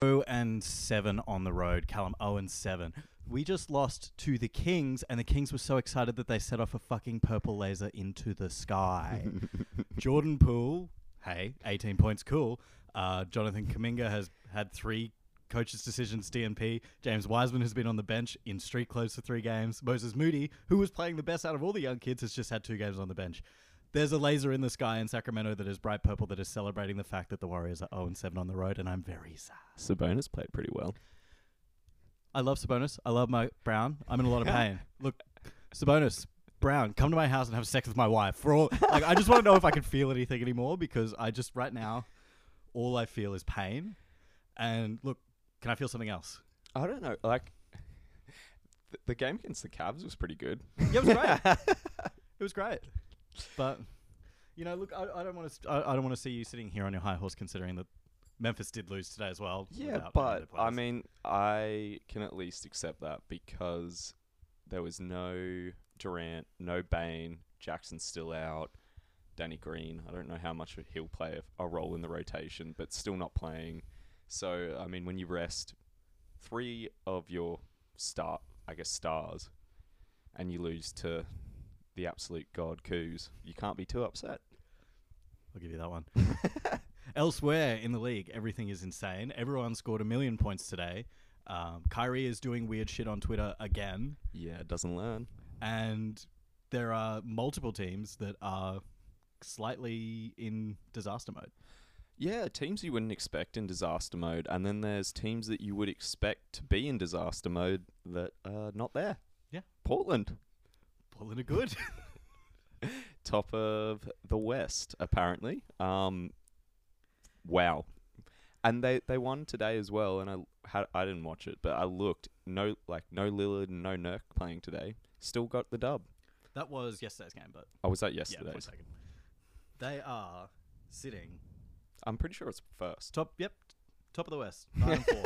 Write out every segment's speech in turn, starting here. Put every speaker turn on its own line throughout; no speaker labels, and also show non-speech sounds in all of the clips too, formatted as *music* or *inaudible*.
and seven on the road. Callum, 0 and seven. We just lost to the Kings, and the Kings were so excited that they set off a fucking purple laser into the sky. Jordan Poole, hey, 18 points, cool. Uh, Jonathan Kaminga has had three coaches' decisions DNP. James Wiseman has been on the bench in street clothes for three games. Moses Moody, who was playing the best out of all the young kids, has just had two games on the bench. There's a laser in the sky in Sacramento that is bright purple that is celebrating the fact that the Warriors are 0 and 7 on the road, and I'm very sad.
Sabonis played pretty well.
I love Sabonis. I love Mike Brown. I'm in a lot of pain. Look, Sabonis, Brown, come to my house and have sex with my wife. For all, like, I just want to know if I can feel anything anymore because I just right now, all I feel is pain. And look, can I feel something else?
I don't know. Like *laughs* th- the game against the Cavs was pretty good.
Yeah, it was great.
*laughs*
it was great. But you know, look, I, I don't want to. I, I don't want to see you sitting here on your high horse, considering that Memphis did lose today as well.
Yeah,
without any of
but
their
I
players.
mean, I can at least accept that because there was no Durant, no Bain, Jackson's still out, Danny Green. I don't know how much he'll play a, a role in the rotation, but still not playing. So I mean, when you rest three of your star, I guess stars, and you lose to the absolute god Coos, you can't be too upset.
I'll give you that one. *laughs* Elsewhere in the league, everything is insane. Everyone scored a million points today. Um, Kyrie is doing weird shit on Twitter again,
Yeah, doesn't learn.
and there are multiple teams that are slightly in disaster mode.
Yeah, teams you wouldn't expect in disaster mode, and then there's teams that you would expect to be in disaster mode that are not there.
Yeah.
Portland,
Portland are good. *laughs*
top of the West, apparently. Um, wow, and they they won today as well. And I had I didn't watch it, but I looked. No, like no Lillard and no Nurk playing today. Still got the dub.
that was yesterday's game, but
I was at
yeah,
yesterday.
for a second. They are sitting
I'm pretty sure it's first.
top. Yep, top of the West, nine and *laughs* four.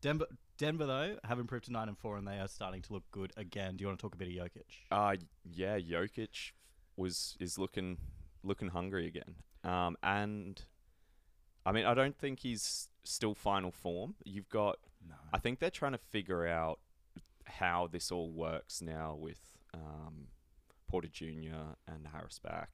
Denver, Denver though have improved to nine and four, and they are starting to look good again. Do you want to talk a bit of Jokic?
Uh yeah, Jokic was is looking looking hungry again. Um and I mean, I don't think he's still final form. You've got
No.
I think they're trying to figure out how this all works now with um Porter Jr. and Harris back.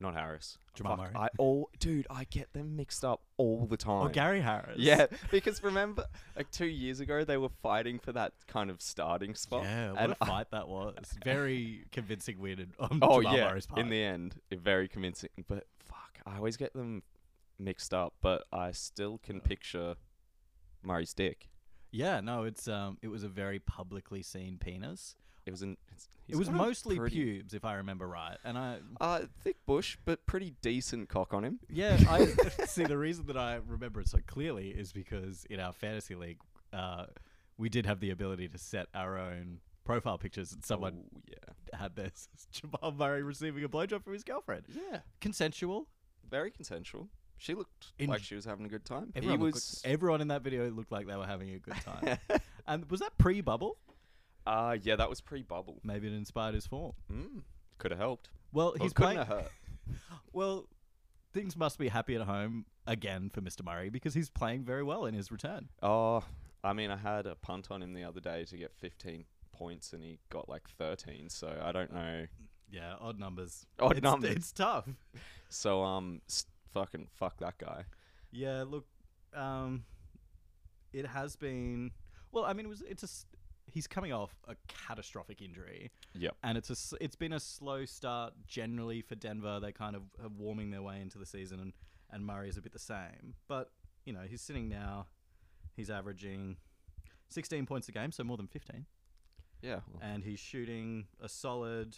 Not Harris.
Jamal
Fuck,
Murray.
I all dude, I get them mixed up all the time.
Or Gary Harris.
Yeah, *laughs* because remember, like two years ago, they were fighting for that kind of starting spot.
Yeah, what
and
a fight that was. Very convincing win in- *laughs* on
Oh
Jamal
yeah,
Murray's part.
in the end, it- very convincing. But fuck, I always get them mixed up. But I still can picture Murray's dick.
yeah, no, it's um it was a very publicly seen penis.
It was an. It's,
it
he's
was
got a
mostly
pretty,
pubes if I remember right. And I
Uh, thick bush, but pretty decent cock on him. *laughs*
yeah, I see the reason that I remember it so clearly is because in our fantasy league, uh, we did have the ability to set our own profile pictures and someone
Oh, yeah,
had this *laughs* Jamal Murray receiving a blowjob from his girlfriend.
yeah,
Consensual.
very consensual. She looked
In-
like she was having a good time.
Everyone,
he
looked-
was.
everyone in that video looked like they were having a good
*laughs*
time. and was that pre bubble?
uh, yeah, that was pre-bubble.
Maybe it inspired his form.
Mm, could have helped.
Well,
Or
he's
couldn't
playing. *laughs*
have hurt.
Well, things must be happy at home again for Mr. Murray because he's playing very well in his return.
Oh, I mean, I had a punt on him the other day to get 15 points, and he got like 13. So I don't know.
Yeah, odd numbers.
Odd
it's,
numbers.
It's tough.
So um, s fucking fuck that guy.
Yeah, look, um, it has been. Well, I mean, it was it's a. s- He's coming off a catastrophic injury,
Yep.
and it's a s- it's been a slow start generally for Denver. They kind of are warming their way into the season, and and Murray is a bit the same. But you know, he's sitting now. He's averaging sixteen points a game, so more than fifteen.
Yeah. well,
and he's shooting a solid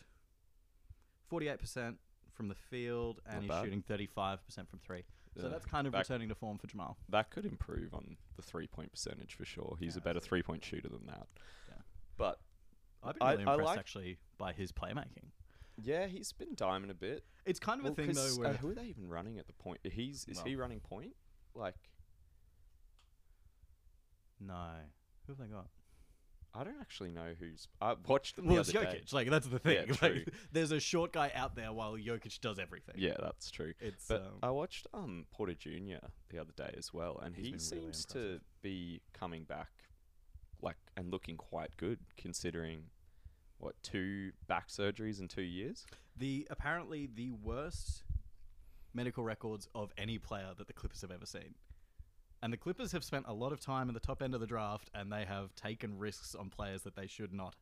48% from the field and
Not
he's
bad.
shooting 35% from 3. So
yeah.
that's kind of
back-
returning to form for Jamal.
that could improve on the three point percentage for sure. He's
Yeah,
a better three point shooter than that.
Yeah.
But
I've been
I-
really
I
impressed
like-
actually by his playmaking.
yeah, he's been diamond a bit.
It's kind of
Well,
a thing though
'cause, uh,
where
who are they even running at the point? He's is he
Well.
running point? Like
no. Who have they got?
I don't actually know who's. I watched them the
Well, it's
other day.
Jokic. Like that's the thing.
Yeah, true.
*laughs* like, there's a short guy out there while Jokic does everything.
Yeah, that's true.
It's
But
um,
I watched um Porter Jr. the other day as well, and
He's
he
been really
seems to
impressive.
be coming back, like and looking quite good considering what two back surgeries in two years.
the apparently the worst medical records of any player that the Clippers have ever seen. And the Clippers have spent a lot of time in the top end of the draft, and they have taken risks on players that they should not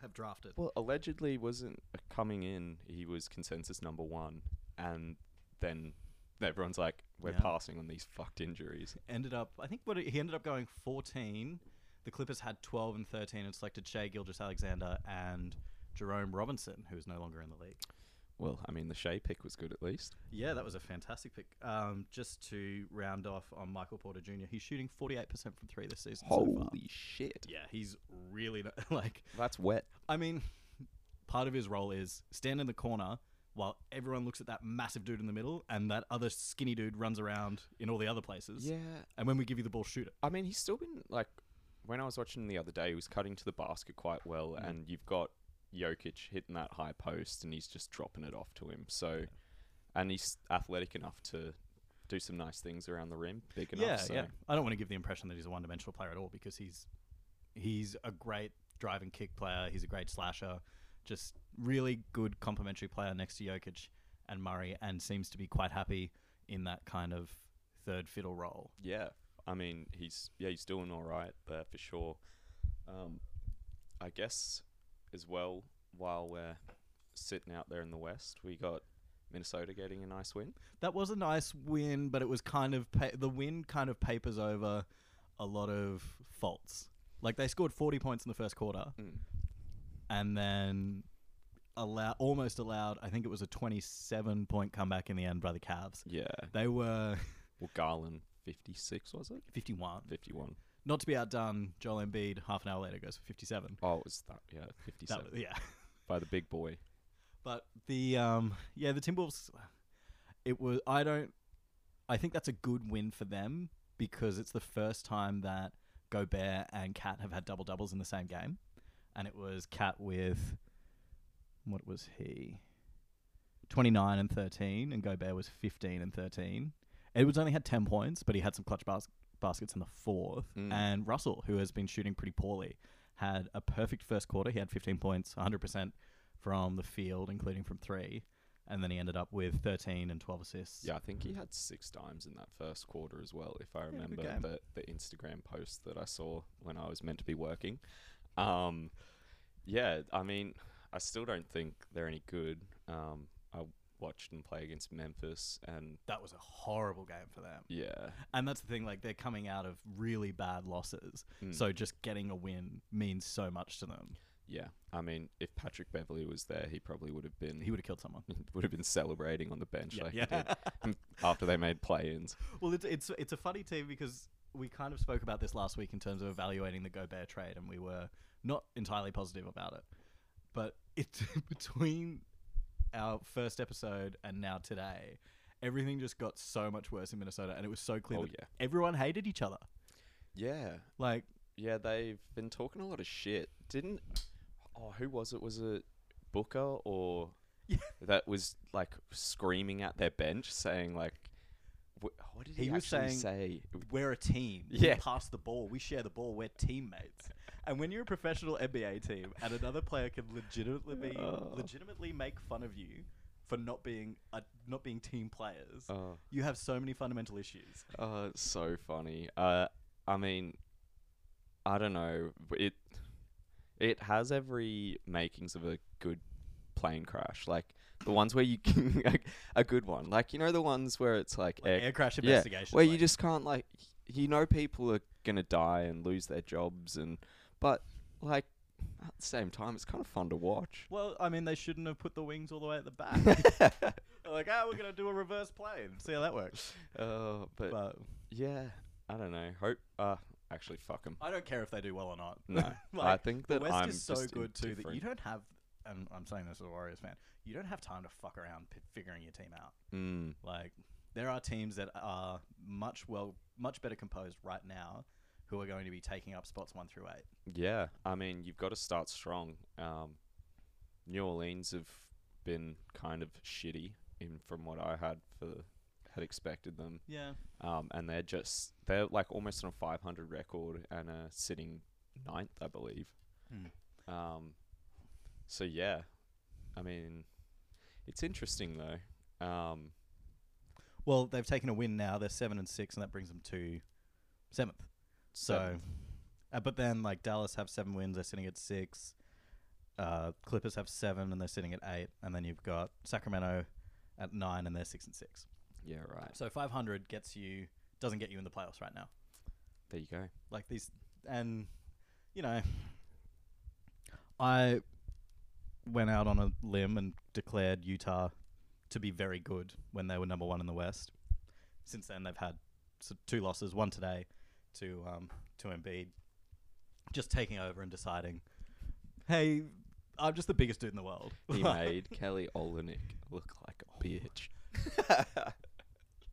have drafted.
Well, allegedly wasn't uh, coming in. He was consensus number one, and then everyone's like, "We're
Yeah.
passing on these fucked injuries."
ended up, I think, what he ended up going 14. The Clippers had 12 and 13 and selected Shea Gilgis Alexander and Jerome Robinson, who is no longer in the league.
Well, I mean, the Shea pick was good at least.
Yeah, that was a fantastic pick. Um, just to round off on Michael Porter Jr., he's shooting 48% from three this season so far.
shit,
Yeah, he's really not, *laughs* like.
that's wet.
I mean, part of his role is stand in the corner while everyone looks at that massive dude in the middle, and that other skinny dude runs around in all the other places.
Yeah,
And when we give you the ball, shoot it.
I mean, he's still been like when I was watching him the other day, he was cutting to the basket quite well,
Mm.
and you've got Jokic hitting that high post, and he's just dropping it off to him. So, and he's athletic enough to do some nice things around the rim, big enough.
yeah,
so.
yeah. I don't want to give the impression that he's a one-dimensional player at all because he's he's a great drive and kick player. He's a great slasher, just really good complementary player next to Jokic and Murray, and seems to be quite happy in that kind of third fiddle role.
yeah. I mean, he's yeah, he's doing all right there for sure. Um, I guess as well while we're sitting out there in the West, we got Minnesota getting a nice win.
That was a nice win, but it was kind of pa- the win kind of papers over a lot of faults. Like they scored forty points in the first quarter,
Mm.
and then allow almost allowed. I think it was a twenty-seven point comeback in the end by the Cavs.
Yeah.
They were *laughs*
Well, Garland, fifty-six was it?
51.
Fifty-one.
Not to be outdone, Joel Embiid half an hour later goes for 57.
Oh, it was that yeah,
That
fifty-seven
was- yeah.
by the big boy.
But the um yeah, the Timberwolves it was I don't I think that's a good win for them because it's the first time that Gobert and Cat have had double doubles in the same game. And it was Cat with what was he? 29 and 13 and Gobert was 15 and 13. Edwards only had 10 points, but he had some clutch bas- baskets in the fourth.
Mm.
And Russell, who has been shooting pretty poorly, had a perfect first quarter. He had 15 points, 100% from the field, including from three. And then he ended up with 13 and 12 assists.
Yeah, I think he had six times in that first quarter as well, if I
good
remember
game.
the the Instagram post that I saw when I was meant to be working. Um, yeah, I mean, I still don't think they're any good. Um, I watched them play against Memphis, and
That was a horrible game for them.
yeah,
And that's the thing, like, they're coming out of really bad losses.
Mm.
So just getting a win means so much to them.
yeah. I mean, if Patrick Beverly was there, he *laughs* probably would have been
He would have killed someone.
would have been celebrating on the bench
Yeah,
like
yeah. *laughs*
he did after they made play-ins.
Well, it's it's it's a funny team because we kind of spoke about this last week in terms of evaluating the Gobert trade, and we were not entirely positive about it. But it's *laughs* between our first episode and now today, everything just got so much worse in Minnesota, and it was so clear
Oh
that
yeah,
everyone hated each other.
yeah.
Like, *laughs*
Yeah, they've been talking a lot of shit. Didn't oh, who was it? Was it Booker or
Yeah.
that was like screaming at their bench, saying like, wh- "What did he,
He was
actually
saying-
say?"
we're a team.
Yeah.
We pass the ball. We share the ball. We're teammates. And when you're a professional NBA team and another player can legitimately
Oh.
legitimately make fun of you for not being uh, not being team players,
Oh,
you have so many fundamental issues.
oh, it's so funny. Uh, I mean, I don't know. It it has every makings of a good plane crash, like the ones where you *laughs* can like, a good one, like you know the ones where it's like,
Like
air-
air crash
yeah,
investigations.
where you
like-
just can't like you know people are gonna die and lose their jobs and but like at the same time it's kind of fun to watch
well, I mean, they shouldn't have put the wings all the way at the
*laughs*
back. They're like, ah, we're gonna do a reverse play and see how that works.
uh, but,
But
yeah i don't know hope uh actually fuck 'em.
I don't care if they do well or not.
no
*laughs*
i
Like,
think
the
that
West
i'm
is so
just
good too that you
indifferent.
don't have. And I'm saying this as a Warriors fan. You don't have time to fuck around p- figuring your team out.
mm,
Like there are teams that are much well, much better composed right now, who are going to be taking up spots one through eight.
Yeah, I mean, you've got to start strong. Um, New Orleans have been kind of shitty, in from what I had for had expected them,
Yeah.
um, and they're just they're like almost on a 500 record and are sitting ninth, I believe.
Hmm.
Um, so yeah, I mean, it's interesting though. Um,
Well, they've taken a win now. They're seven and six, and that brings them to seventh. So,
Seventh.
Uh, but then like Dallas have seven wins. They're sitting at six. Uh, Clippers have seven, and they're sitting at eight. And then you've got Sacramento at nine, and they're six and six.
yeah, right.
So 500 gets you doesn't get you in the playoffs right now.
There you go.
Like these, and you know, I went out on a limb and declared Utah to be very good when they were number one in the West. Since then, they've had s two losses, one today to um, to Embiid, just taking over and deciding, hey, I'm just the biggest dude in the world. *laughs*
He made Kelly Olynyk look like a bitch.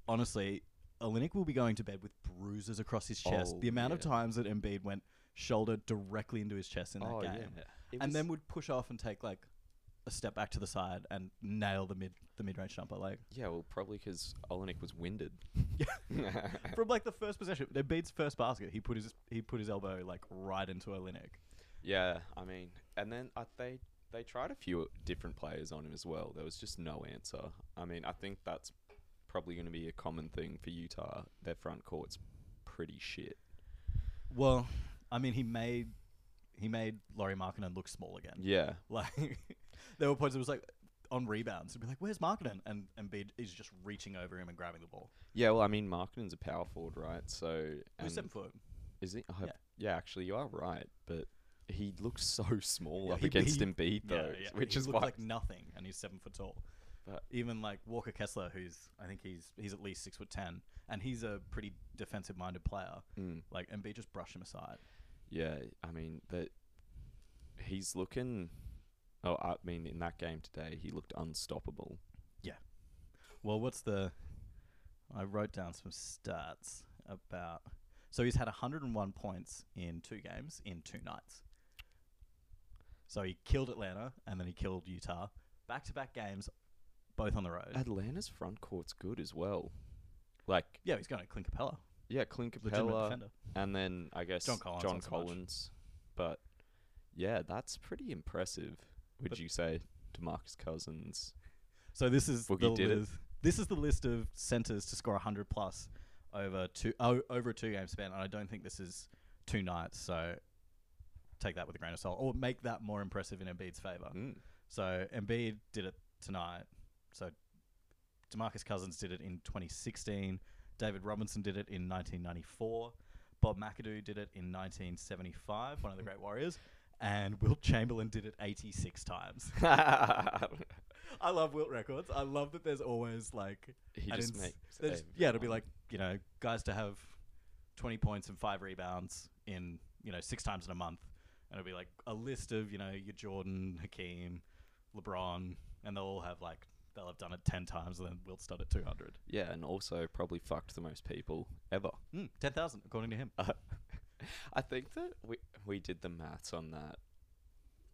honestly, Olenek will be going to bed with bruises across his chest.
Oh,
the amount of
yeah.
times that Embiid went shoulder directly into his chest in that game,
Oh, It
and
was-
then would push off and take like a step back to the side and nail the mid the mid range jumper.
*laughs*
Like
Yeah, well, probably because Olenek was winded.
*laughs*
*laughs*
from like the first possession, Embiid's first basket, he put his he put his elbow like right into Olenek.
yeah, I mean, and then uh, they they tried a few different players on him as well. There was just no answer. I mean, I think that's probably going to be a common thing for Utah. Their front court's pretty shit.
Well, I mean, he made he made Laurie Markkinen look small again.
Yeah,
*laughs* Like there were points it was like on rebounds, it'd be like, "Where's Markkinen?" and Embiid is just reaching over him and grabbing the ball.
yeah. Well, I mean, Markkinen's a power forward, right? So
Who's
and
seven foot?
is he? Oh,
Yeah.
yeah. actually, you are right, but. He looks so
*laughs*
small
Yeah,
up
he-
against
he-
Embiid though, *laughs* which
he
is
looked
why
like nothing, and he's seven foot tall.
But-
Even like Walker Kessler, who's I think he's he's at least six foot ten, and he's a pretty defensive minded player.
Mm.
Like Embiid just brushed him aside.
Yeah, I mean that he's looking. Oh, I mean, in that game today, he looked unstoppable.
Well, what's the? I wrote down some stats about. So he's had 101 points in two games in two nights. So he killed Atlanta and then he killed Utah, back to back games, both on the road.
Atlanta's front court's good as well. Like,
yeah, he's going to Clint Capella,
yeah, Clint
legitimate
Capella,
defender.
and then I guess
John Collins,
John
not so much.
Collins. But yeah, that's pretty impressive. Would
But-
you say, Demarcus Cousins?
So this is
Boogie
the
did it.
list. This is the list of centers to score 100 plus over two o over a two game span, and I don't think this is two nights. So take that with a grain of salt, or make that more impressive in Embiid's favor. *laughs*
Mm.
So Embiid did it tonight. So Demarcus Cousins did it in 2016. David Robinson did it in 1994. Bob McAdoo did it in 1975, one of the great Warriors. And Wilt Chamberlain did it 86 times. I love Wilt records. I love that there's always like
*laughs* he
I
just
didn't s-
makes.
there's- yeah, it'll be
everyone-
like you know guys to have twenty points and five rebounds in you know six times in a month, and it'll be like a list of you know your Jordan, Hakeem, LeBron, and they'll all have like they'll have done it ten times, and then Wilt done it two hundred.
Yeah, and also probably fucked the most people ever.
Mm, ten thousand according to him.
Uh, *laughs* I think that we we did the maths on that.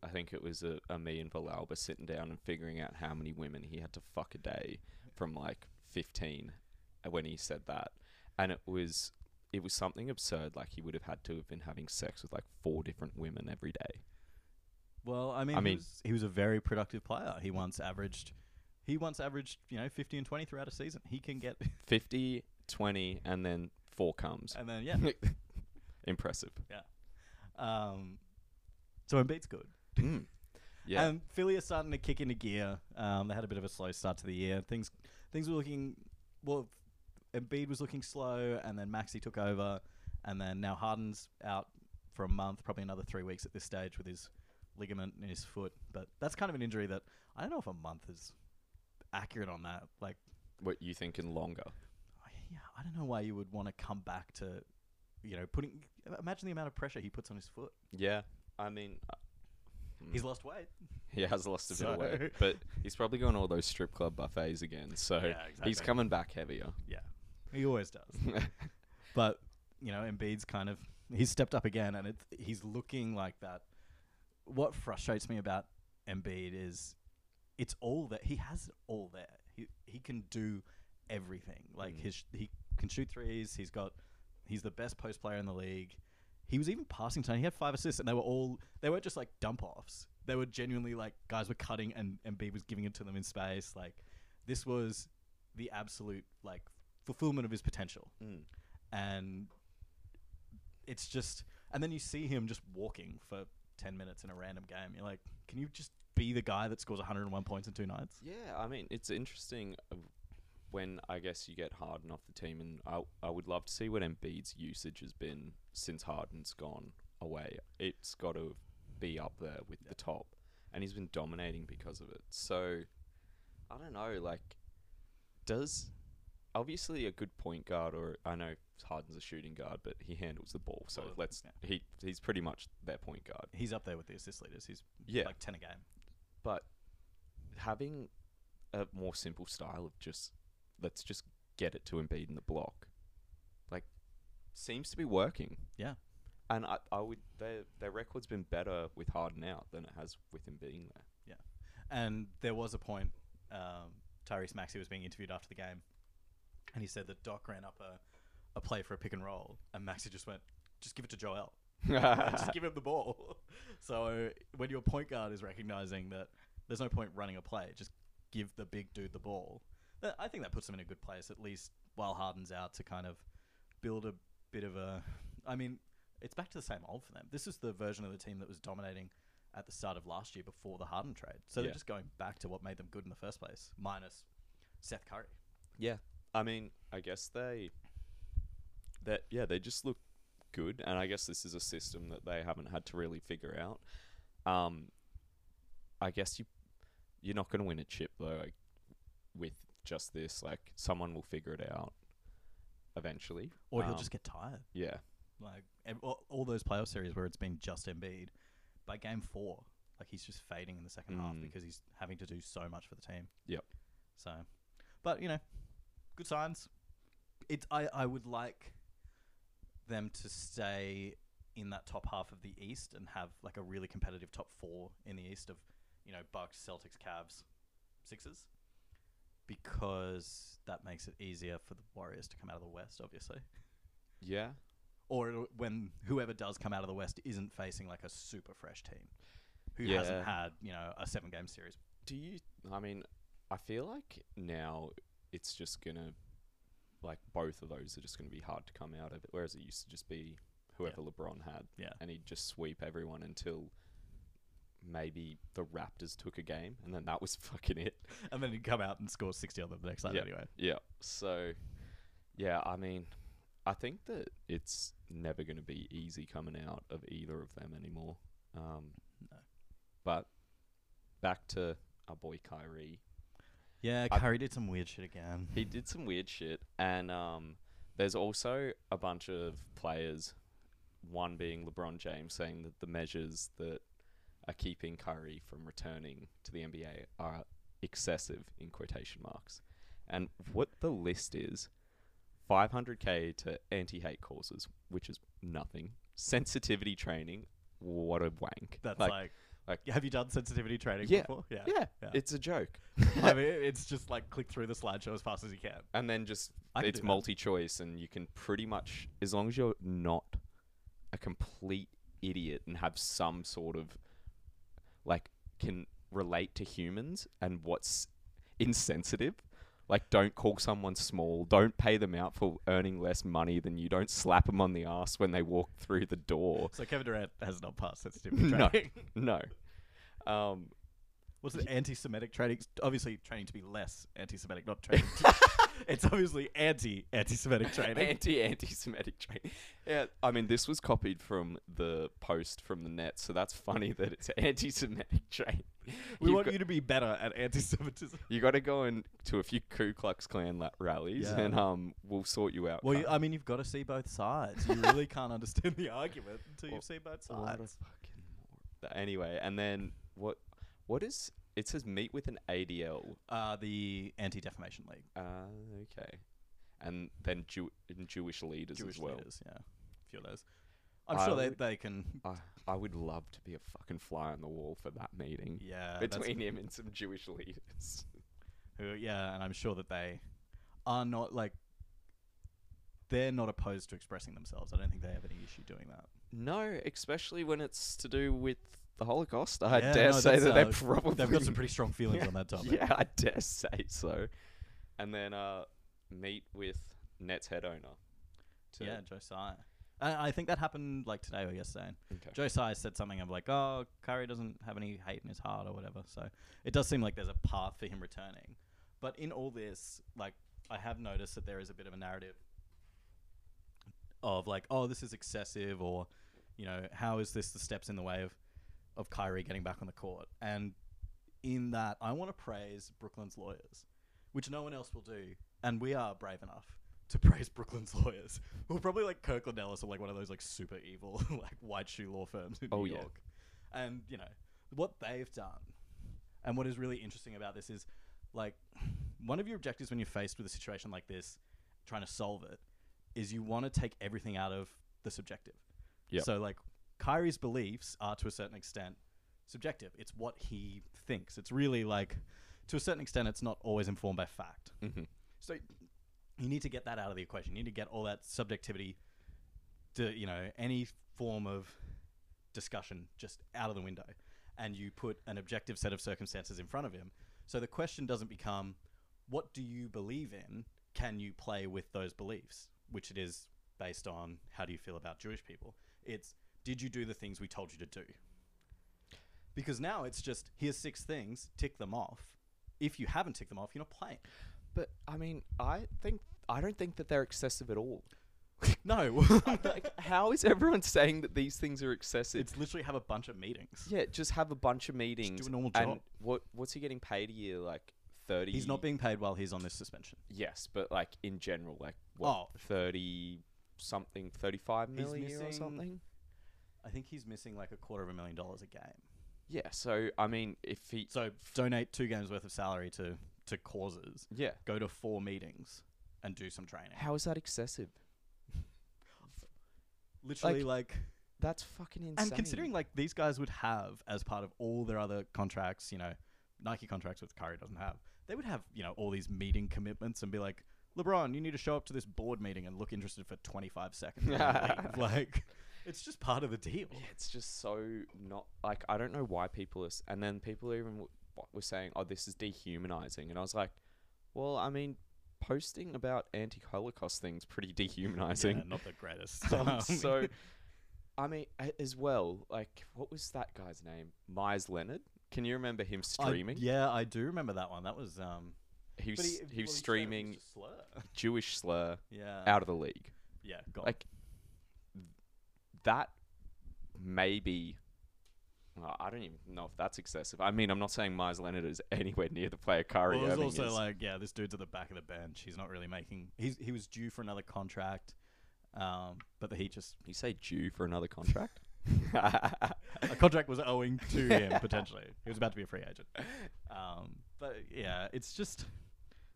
I think it was a, a me and Bilal were sitting down and figuring out how many women he had to fuck a day from like fifteen uh, when he said that, and it was it was something absurd. Like he would have had to have been having sex with like four different women every day.
Well, I mean,
I
he,
mean-
was, he was a very productive player. He once averaged. He once averaged, you know, 50 and 20 throughout a season. He can get, *laughs*
50, 20, and then four comes.
and then, Uh, yeah.
*laughs* Impressive.
Um, so Embiid's good.
Mm. Yeah.
Um, Philly are starting to kick into gear. Um, they had a bit of a slow start to the year. Things things were looking well. Embiid was looking slow, and then Maxi took over, and then now Harden's out for a month, probably another three weeks at this stage with his ligament in his foot. But that's kind of an injury that I don't know if a month is accurate on that. Like,
what you thinking longer?
yeah, I don't know why you would want to come back to, you know, putting. Imagine the amount of pressure he puts on his foot.
Yeah. I mean, uh, mm.
He's lost weight.
He has lost a bit of
So-
weight, but he's probably going all those strip club buffets again. So Oh, he's
exactly.
coming back heavier.
Yeah, he always does. but you know, Embiid's kind of he's stepped up again, and it's he's looking like that. What frustrates me about Embiid is it's all that he has it all there. He he can do everything. Like
Mm.
his he can shoot threes. He's got he's the best post player in the league. He was even passing tonight. He had five assists, and they were all they weren't just like dump offs. They were genuinely like guys were cutting, and Embiid was giving it to them in space. Like this was the absolute like fulfillment of his potential
Mm.
and it's just and then you see him just walking for 10 minutes in a random game you're like can you just be the guy that scores 101 points in two nights
Yeah, I mean, it's interesting uh, when I guess you get Harden off the team, and I, I would love to see what Embiid's usage has been since Harden's gone away. It's got to be up there with the top, and he's been dominating because of it. So, I don't know, like, does. Obviously, a good point guard, or I know Harden's a shooting guard, but he handles the ball. So
Well,
let's
yeah.
he he's pretty much their point guard.
he's up there with the assist leaders he's
Yeah,
like 10 a game
but having a more simple style of just let's just get it to Embiid in the block, like seems to be working.
Yeah.
and I, I would their their record's been better with Harden out than it has with him being there.
and there was a point um, tyrese maxey was being interviewed after the game and he said that doc ran up a, a play for a pick and roll and maxey just went just give it to joel
*laughs*
Like, *laughs* just give him the ball. *laughs* So when your point guard is recognizing that there's no point running a play, just give the big dude the ball. That- I think that puts him in a good place, at least while Harden's out, to kind of build a bit of a. I mean, it's back to the same old for them. This is the version of the team that was dominating at the start of last year before the Harden trade. So
Yeah.
they're just going back to what made them good in the first place, minus Seth Curry.
Yeah, I mean, I guess they that yeah they just look good, and I guess this is a system that they haven't had to really figure out. Um, I guess you you're not going to win a chip though like, with just this. Like someone will figure it out eventually,
Or he'll
Um,
just get tired.
yeah.
Like ev- all, all those playoff series where it's been just Embiid, by game four, like he's just fading in the second half
Mm.
because he's having to do so much for the team.
Yep.
So, but you know, good signs. It's I I would like them to stay in that top half of the East and have like a really competitive top four in the East of you know Bucks, Celtics, Cavs, Sixers. Because that makes it easier for the Warriors to come out of the West, obviously
Yeah,
or it'll- when whoever does come out of the West isn't facing like a super fresh team who hasn't
Yeah.
had you know a seven game series.
do you i mean i feel like now it's just gonna like both of those are just gonna be hard to come out of it whereas it used to just be whoever lebron had
Yeah.
and he'd just sweep everyone until maybe the raptors took a game and then that was *laughs* fucking it
And then you come out and score sixty on them the next night anyway.
yeah so yeah i mean i think that it's never gonna be easy coming out of either of them anymore um
No.
but back to our boy kyrie
Yeah,
I-
Curry did some weird shit again.
He did some weird shit, and um, there's also a bunch of players, one being LeBron James, saying that the measures that are keeping Curry from returning to the NBA are excessive in quotation marks. And what the list is 500k to anti hate causes, which is nothing, sensitivity training, what a wank.
That's
Like,
like, like,
like-
have you done sensitivity training
Yeah.
before? Yeah.
yeah,
yeah.
it's a joke.
*laughs* I mean, it's just like click through the slideshow as fast as you can.
and then just
I could
it's
do that.
multi choice, and you can pretty much, as long as you're not a complete idiot and have some sort of like can relate to humans and what's insensitive. Like, don't call someone small. Don't pay them out for earning less money than you. Don't slap them on the ass when they walk through the door.
So Kevin Durant has not passed sensitivity
*laughs* No.
training.
No. Um,
*laughs* What's it? Anti-Semitic training? Obviously, training to be less anti-Semitic, not training.
*laughs*
To, *laughs* it's obviously anti-anti-Semitic training.
Anti anti-Semitic training. Yeah, I mean this was copied from the post from the net, so that's funny *laughs* that it's anti-Semitic training.
We
You've
want
got,
you to be better at anti-Semitism.
you got to go into a few Ku Klux Klan la- rallies,
Yeah.
and um, we'll sort you out.
Well, you, uh,
Kyle.
I mean, you've got to see both sides. You *laughs* really can't understand the argument until
Well,
you've seen both
What a
sides.
fucking mor- Anyway, and then what? What is? It says meet with an ADL.
Uh, the Anti-Defamation League,
Uh, okay, and then Jew- and Jewish leaders
Jewish
as well.
leaders, yeah, a few of those. I'm
I
sure they,
would-
they can.
I, I would love to be a fucking fly on the wall for that meeting
Yeah, that's-
between him and some Jewish leaders.
who, yeah, and I'm sure that they are not like they're not opposed to expressing themselves. I don't think they have any issue doing that.
No, especially when it's to do with the Holocaust. I
Yeah,
dare
no,
say
that's,
that
uh,
they're probably
They've got some pretty strong feelings
*laughs*
on that topic.
Yeah, I dare say so. And then uh, meet with Nets head owner. To,
Yeah, Joe Sy. And I think that happened like today or yesterday.
Okay.
Joe Sy said something of like, "Oh, Curry doesn't have any hate in his heart or whatever." So it does seem like there's a path for him returning. But in all this, like, I have noticed that there is a bit of a narrative of like, "Oh, this is excessive," or you know, "How is this the steps in the way of of Kyrie getting back on the court?" And in that, I want to praise Brooklyn's lawyers, which no one else will do, and we are brave enough to *laughs* praise Brooklyn's lawyers. Well, probably like Kirkland Ellis or like one of those like super evil *laughs* like white shoe law firms in
Oh,
New
yeah.
York. And you know what they've done, and what is really interesting about this is like one of your objectives when you're faced with a situation like this, trying to solve it, is you want to take everything out of the subjective.
Yep.
So like Kyrie's beliefs are to a certain extent subjective. It's what he thinks. It's really like to a certain extent it's not always informed by fact.
Mhm.
So you need to get that out of the equation. You need to get all that subjectivity to, you know, any form of discussion just out of the window. And you put an objective set of circumstances in front of him. So the question doesn't become, what do you believe in? Can you play with those beliefs? Which it is based on how do you feel about Jewish people? It's, did you do the things we told you to do? Because now it's just, here's six things, tick them off. If you haven't ticked them off, you're not playing.
But I mean, I think I don't think that they're excessive at all. *laughs*
*laughs* No.
like, how is everyone saying that these things are excessive?
it's literally have a bunch of meetings.
yeah, just have a bunch of meetings.
do a normal
and
job.
What What's he getting paid a year? Like thirty.
He's not being paid while he's on this suspension.
Yes, but like in general, like what
Oh.
thirty something, thirty five
He's
million or
missing-
something.
I think he's missing like a quarter of a million dollars a game.
Yeah. So I mean, if he.
So donate two games worth of salary to to causes.
yeah.
Go to four meetings and do some training.
How is that excessive?
Literally like,
That's fucking insane.
and considering like these guys would have as part of all their other contracts, you know, Nike contracts with Curry doesn't have. They would have, you know, all these meeting commitments and be like, LeBron, you need to show up to this board meeting and look interested for 25 *laughs* seconds. and then leave." like, *laughs* it's just part of the deal.
Yeah, it's just so not like I don't know why people are, s- and then people even w- w- were saying, "Oh, this is dehumanizing," and I was like, "Well, I mean, posting about anti-Holocaust things pretty
*laughs* Yeah,
dehumanizing."
not the greatest.
*laughs*
*laughs*
Um,
Um,
so, I mean, a- as well, like, what was that guy's name? Myers Leonard. Can you remember him *laughs*
I-
streaming?
yeah, I do remember that one. That was um.
He was
but
he was
well, said it was
streaming
a slur.
Jewish slur
*laughs* Yeah.
out of the league.
Yeah. Got
like that maybe well, I don't even know if that's excessive. I mean, I'm not saying Myers Leonard is anywhere near the player Kyrie
Well, it was
Irving
also
is.
like, yeah, this dude's at the back of the bench. He's not really making. He's he was due for another contract, um, but the Heat just
you say Jew for
*laughs*
another contract? *laughs*
a contract was owing to him potentially. He was about to be a free agent. Um, but yeah, it's just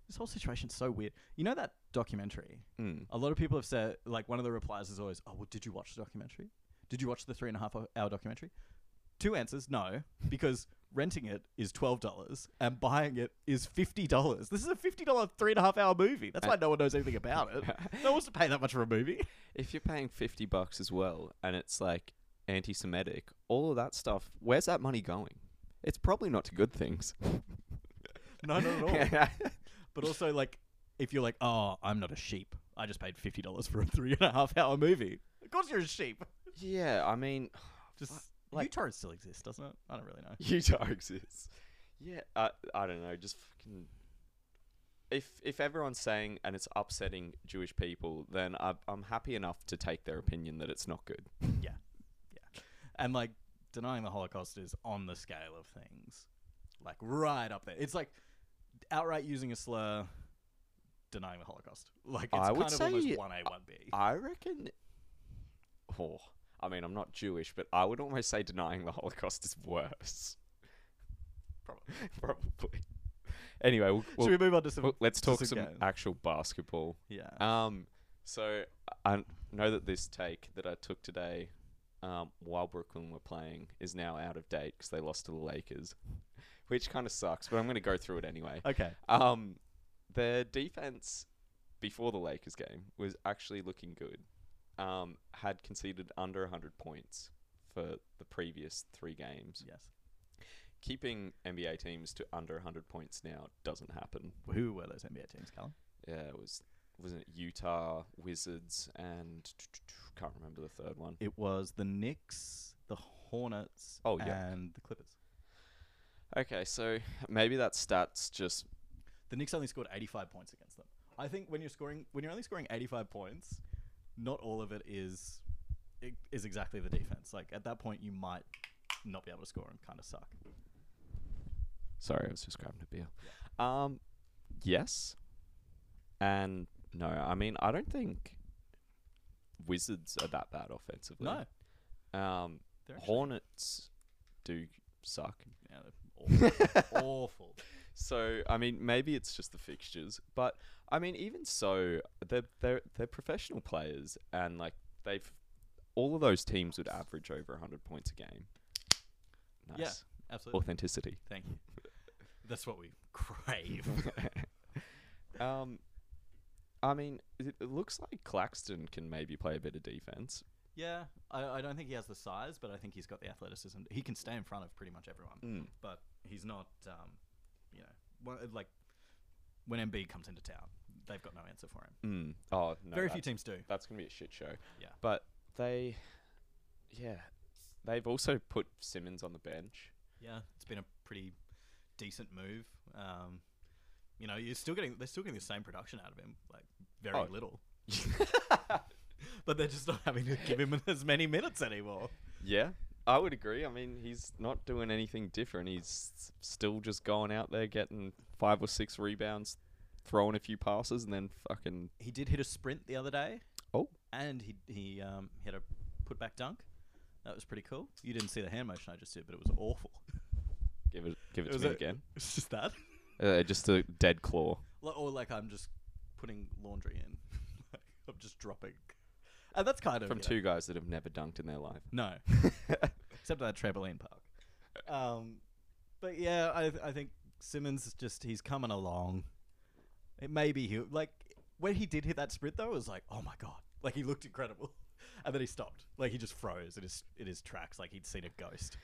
this whole situation's so weird. You know that documentary
Mm.
A lot of people have said, like, one of the replies is always, oh, well, did you watch the documentary? Did you watch the three and a half hou- hour documentary? Two answers no, *laughs* because renting it is $12 and buying it is $50. This is a $50 three and a half hour movie. That's why no one knows anything about it. No one wants to pay that much for a movie.
If you're paying 50 bucks as well and it's like anti Semitic, all of that stuff, where's that money going? It's probably not to good things.
No, Oh, not at all. but also, like, if you're like, oh, I'm not a sheep, I just paid $50 for a three and a half hour movie. Of course you're a sheep.
*laughs* yeah, I mean, *laughs*
Just.
like-
Utah still exists, doesn't it? I don't really know.
Utah exists. Yeah, I I don't know. Just fucking. If if everyone's saying and it's upsetting Jewish people, then I, I'm happy enough to take their opinion that it's not good.
and like denying the Holocaust is on the scale of things, like right up there. It's like outright using a slur, denying the Holocaust. Like it's
I would
kind of almost
say-
one A one B.
I reckon. Oh, I mean, I'm not Jewish, but I would almost say denying the Holocaust is worse.
Probably.
*laughs* Probably. Anyway, we'll, we'll,
Should we move on to some?
we'll- let's
to
talk
some
some
games?
actual basketball.
yeah.
Um, so I know that this take that I took today um, while Brooklyn were playing is now out of date because they lost to the Lakers, which kind of sucks, but I'm going to go through it anyway.
Okay.
Um, their defense before the Lakers game was actually looking good. Um, had conceded under 100 points for the previous three games.
Yes.
Keeping NBA teams to under 100 points now doesn't happen.
Who were those NBA teams, Callum?
Yeah, it was wasn't it Utah Wizards and can't remember the third one.
It was the Knicks, the Hornets,
Oh, yeah.
and the Clippers.
Okay, so maybe that stat's just
The Knicks only scored 85 points against them. I think when you're scoring, when you're only scoring 85 points, not all of it is i- is exactly the defense. Like at that point, you might not be able to score and kind of suck.
sorry, I was just grabbing a beer. Um, yes, and no. I mean, I don't think Wizards are that bad offensively.
No,
Um,
they're actually,
Hornets do suck.
yeah, they're awful. awful.
So I mean, maybe it's just the fixtures, but I mean, even so, they're they're they're professional players, and like they've all of those teams would average over hundred points a game. Nice
Yeah. Absolutely.
authenticity.
Thank you. That's what we crave.
um, I mean, it, it looks like Claxton can maybe play a bit of defense.
yeah, I, I don't think he has the size, but I think he's got the athleticism. He can stay in front of pretty much everyone.
Mm.
but he's not, um, you know, one, like when MB comes into town, they've got no answer for him.
Mm. Oh no,
Very
that-
few teams do.
that's gonna be a shit show.
Yeah.
but they, yeah, they've also put Simmons on the bench.
Yeah, it's been a pretty decent move. Um, you know, you're still getting they're still getting the same production out of him, like very
Oh.
little. *laughs* but they're just not having to give him *laughs* as many minutes anymore.
Yeah, I would agree. I mean, he's not doing anything different. He's s- still just going out there getting five or six rebounds, throwing a few passes, and then fucking
He did hit a sprint the other day.
Oh.
and he he um, hit a put back dunk. That was pretty cool. You didn't see the hand motion I just did, but it was awful.
give it give it,
It
to
was
me
a-
again.
*laughs* It's just that.
Uh, just a dead claw.
Li- or like I'm just putting laundry in. *laughs* like I'm just dropping. And that's kind of
from
you know-
two guys that have never dunked in their life. *laughs*
No, except at that trampoline park. Um, but yeah, I I think Simmons is just he's coming along. It may be he like when he did hit that sprint though, it was like oh my god, like he looked incredible, *laughs* and then he stopped, like he just froze in his in his tracks, like he'd seen a ghost,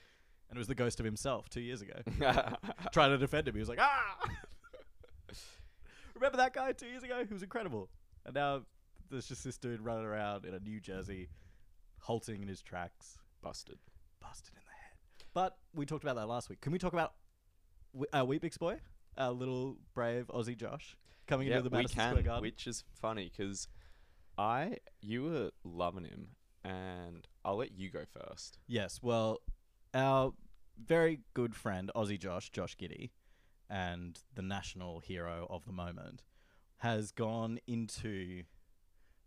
and it was the ghost of himself two years ago trying to defend him. He was like, ah! *laughs* Remember that guy two years ago? He was incredible. And now there's just this dude running around in a New Jersey, halting in his tracks,
*laughs* Busted.
busted in the head. But we talked about that last week. Can we talk about Wee- uh, Weepix Boy, our little brave Aussie Josh, coming
Yeah,
into the
we
Madison
can,
Square Garden?
which is funny because I you were loving him, and I'll let you go first.
Yes. Well, our very good friend, Aussie Josh, Josh Giddy, and the national hero of the moment, has gone into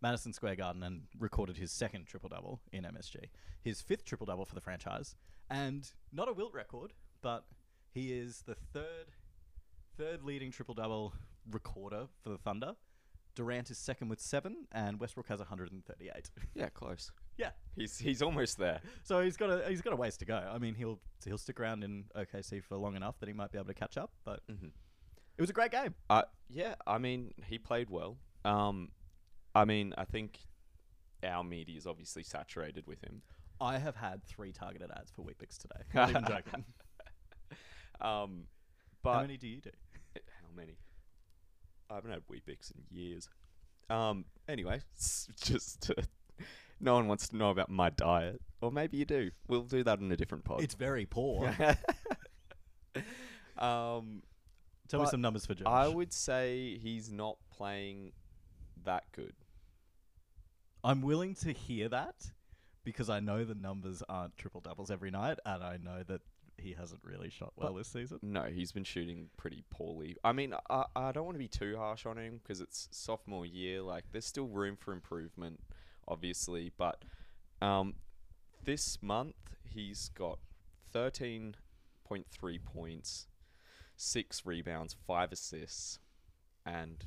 Madison Square Garden and recorded his second triple double in MSG, his fifth triple double for the franchise, and not a wilt record, but he is the third third leading triple double recorder for the Thunder. Durant is second with seven, and Westbrook has 138.
Yeah, close.
*laughs* yeah,
He's he's almost there.
so he's got a he's got a ways to go. I mean, he'll he'll stick around in OKC for long enough that he might be able to catch up. But
Mhm.
it was a great game.
Uh, yeah, I mean, he played well. Um, I mean, I think our media is obviously saturated with him.
I have had three targeted ads for Weepix today. *laughs* Not even joking. *laughs*
Um, but
How many do you do?
How many? I haven't had Weebix in years. Um. Anyway, s- just uh, no one wants to know about my diet, or maybe you do. We'll do that in a different pod. *laughs*
It's very poor.
um,
*laughs* Tell me
But
some numbers for Josh.
I would say he's not playing that good.
I'm willing to hear that because I know the numbers aren't triple doubles every night, and I know that he hasn't really shot well this season.
No, he's been shooting pretty poorly. I mean, I, I don't want to be too harsh on him because it's sophomore year. Like, there's still room for improvement, obviously. But um, this month, he's got 13.3 points, six rebounds, five assists, and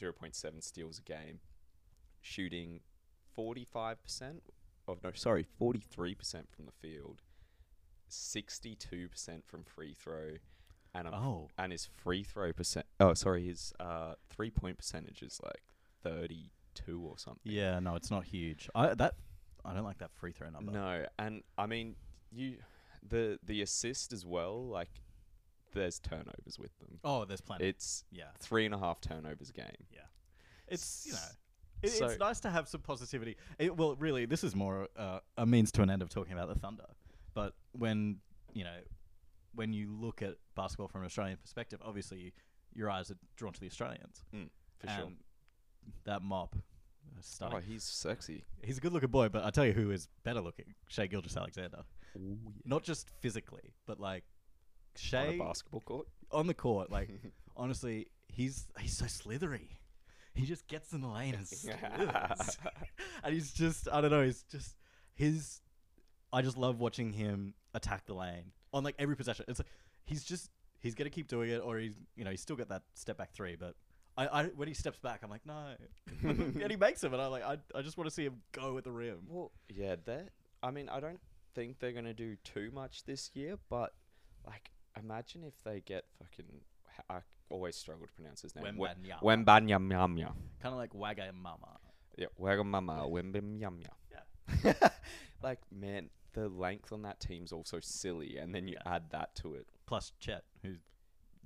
0.7 steals a game, shooting 45 percent. Oh no, sorry, 43 percent from the field, 62 percent from free throw, and I'm
Oh,
and his free throw percent. Oh, sorry, his uh three point percentage is like thirty two or something.
yeah. No, it's not huge. I that I don't like that free throw number.
No, and I mean you, the the assist as well. Like there's turnovers with them.
Oh, there's plenty.
It's
yeah,
three and a half turnovers a game.
it's you know.
S-
It,
so-
it's nice to have some positivity. It, well, really, this is more uh, a means to an end of talking about the Thunder. But when you know, when you look at basketball from an Australian perspective, obviously your eyes are drawn to the Australians.
For sure.
Hmm. And That mop, uh, stunning.
Oh, he's sexy.
He's a good-looking boy, but I tell you who is better looking: Shea Gilgis-Alexander. Not just physically, but like
On a
Shea
basketball court.
on the court. Like honestly, he's he's so slithery. He just gets in the lane and slithers. *laughs* and he's just I don't know. He's just his. I just love watching him attack the lane on like every possession. It's like he's just he's gonna keep doing it, or he's you know he's still got that step back three. But I, I when he steps back, I'm like no, and he makes him, and I like I, I just want to see him go at the rim.
Well, yeah, that. I mean, I don't think they're gonna do too much this year, but like, imagine if they get fucking. h- I always struggle to pronounce his name.
Wembanyama.
Wembanyamya.
Kind of like Wagga Mama.
Yeah, Wagamama, Wembanyamya. Yeah. *laughs* like, man, the length on that team's also silly, and then you
Yeah.
add that to it.
Plus Chet, who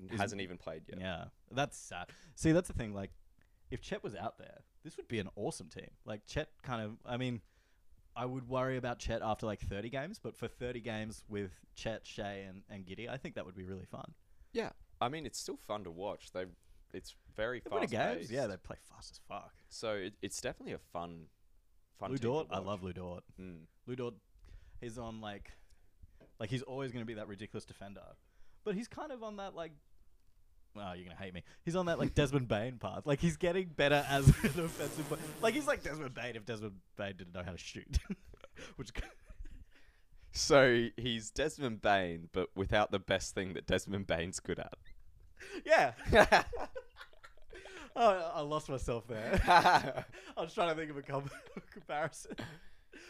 Isn't-
hasn't even played yet.
Yeah, that's sad. See, that's the thing. Like, if Chet was out there, this would be an awesome team. Like Chet, kind of. I mean, I would worry about Chet after like thirty games, but for thirty games with Chet, Shea, and, and Giddy, I think that would be really fun.
Yeah, I mean, it's still fun to watch. They, it's very
They win a
fast.
games, yeah,
paced,
they play fast as fuck.
So it, it's definitely a fun, fun.
Lou
team to
Dort, I
watch.
love Lou Dort.
Mm.
Lou Dort, he's on like, like he's always going to be that ridiculous defender, but he's kind of on that like. Oh, you're gonna hate me. He's on that like Desmond Bain path. Like he's getting better as *laughs* an offensive. Play. Like he's like Desmond Bain if Desmond Bain didn't know how to shoot. *laughs* Which
So he's Desmond Bain, but without the best thing that Desmond Bain's good
yeah.
at.
Oh, I lost myself there. *laughs* I was trying to think of a com- *laughs* comparison,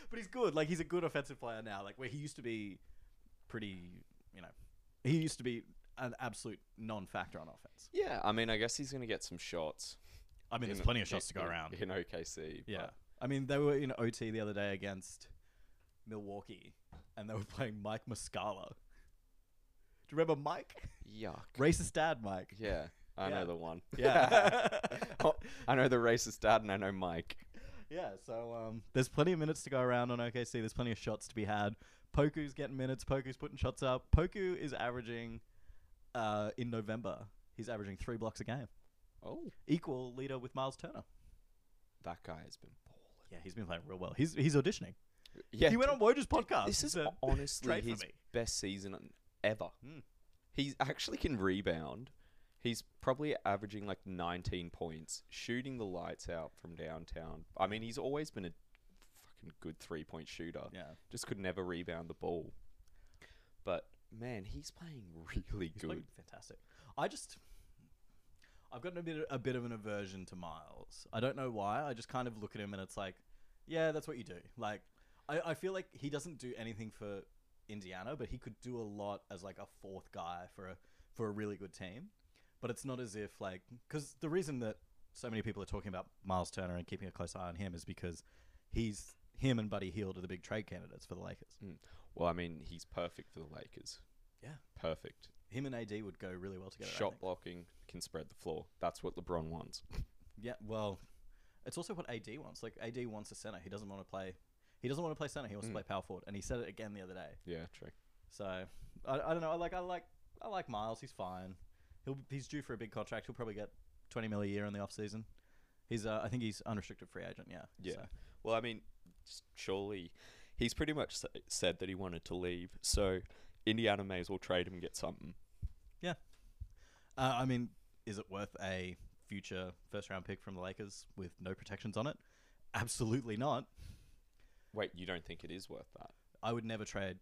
but he's good. Like he's a good offensive player now. Like where he used to be, pretty. You know, he used to be an absolute non-factor on offense.
yeah, I mean, I guess he's gonna get some shots.
I mean, there's
in-
plenty of shots to go
in-
around.
in OKC.
Yeah.
but-
I mean, they were in OT the other day against Milwaukee, and they were *laughs* playing Mike Muscala. Do you remember Mike? *laughs*
yuck.
Racist dad, Mike.
Yeah, I
Yeah.
know the one.
*laughs* Yeah.
Oh, *laughs* I know the racist dad, and I know Mike.
yeah, so um, there's plenty of minutes to go around on OKC. There's plenty of shots to be had. Poku's getting minutes. Poku's putting shots up. Poku is averaging, uh, in November, he's averaging three blocks a game.
Oh,
Equal leader with Miles Turner.
that guy has been balling.
Yeah, he's been playing real well. He's he's auditioning.
Yeah,
he went on Woj's podcast.
This
and
is
said,
honestly
"Trade for
his
me."
best season ever.
Mm.
He actually can rebound. He's probably averaging like 19 points, shooting the lights out from downtown. I mean, he's always been a fucking good three point shooter.
Yeah.
Just could never rebound the ball. But man, he's playing *laughs* really
He's
good.
playing fantastic. I just, I've gotten a bit a bit of an aversion to Miles. I don't know why. I just kind of look at him and it's like, yeah, that's what you do. Like, I, I feel like he doesn't do anything for Indiana, but he could do a lot as like a fourth guy for a for a really good team. But it's not as if like because the reason that so many people are talking about Miles Turner and keeping a close eye on him is because he's him and Buddy Hield are the big trade candidates for the Lakers.
Well, I mean, he's perfect for the Lakers.
Yeah.
Perfect.
Him and AD would go really well together. I
Shot
think.
blocking can spread the floor. That's what LeBron wants.
Yeah, well, it's also what AD wants. Like AD wants a center. He doesn't want to play. He doesn't want to play center. He wants
Mm.
to play power forward, and he said it again the other day.
Yeah, true.
So I, I don't know. I like I like I like Miles. He's fine. He'll he's due for a big contract. He'll probably get twenty mil a year in the off season. He's uh, I think he's unrestricted free agent. Yeah.
Yeah.
So,
Well, I mean, s- surely he's pretty much sa- said that he wanted to leave. So Indiana may as well trade him and get something.
uh, I mean, is it worth a future first round pick from the Lakers with no protections on it? Absolutely not.
Wait, you don't think it is worth that?
I would never trade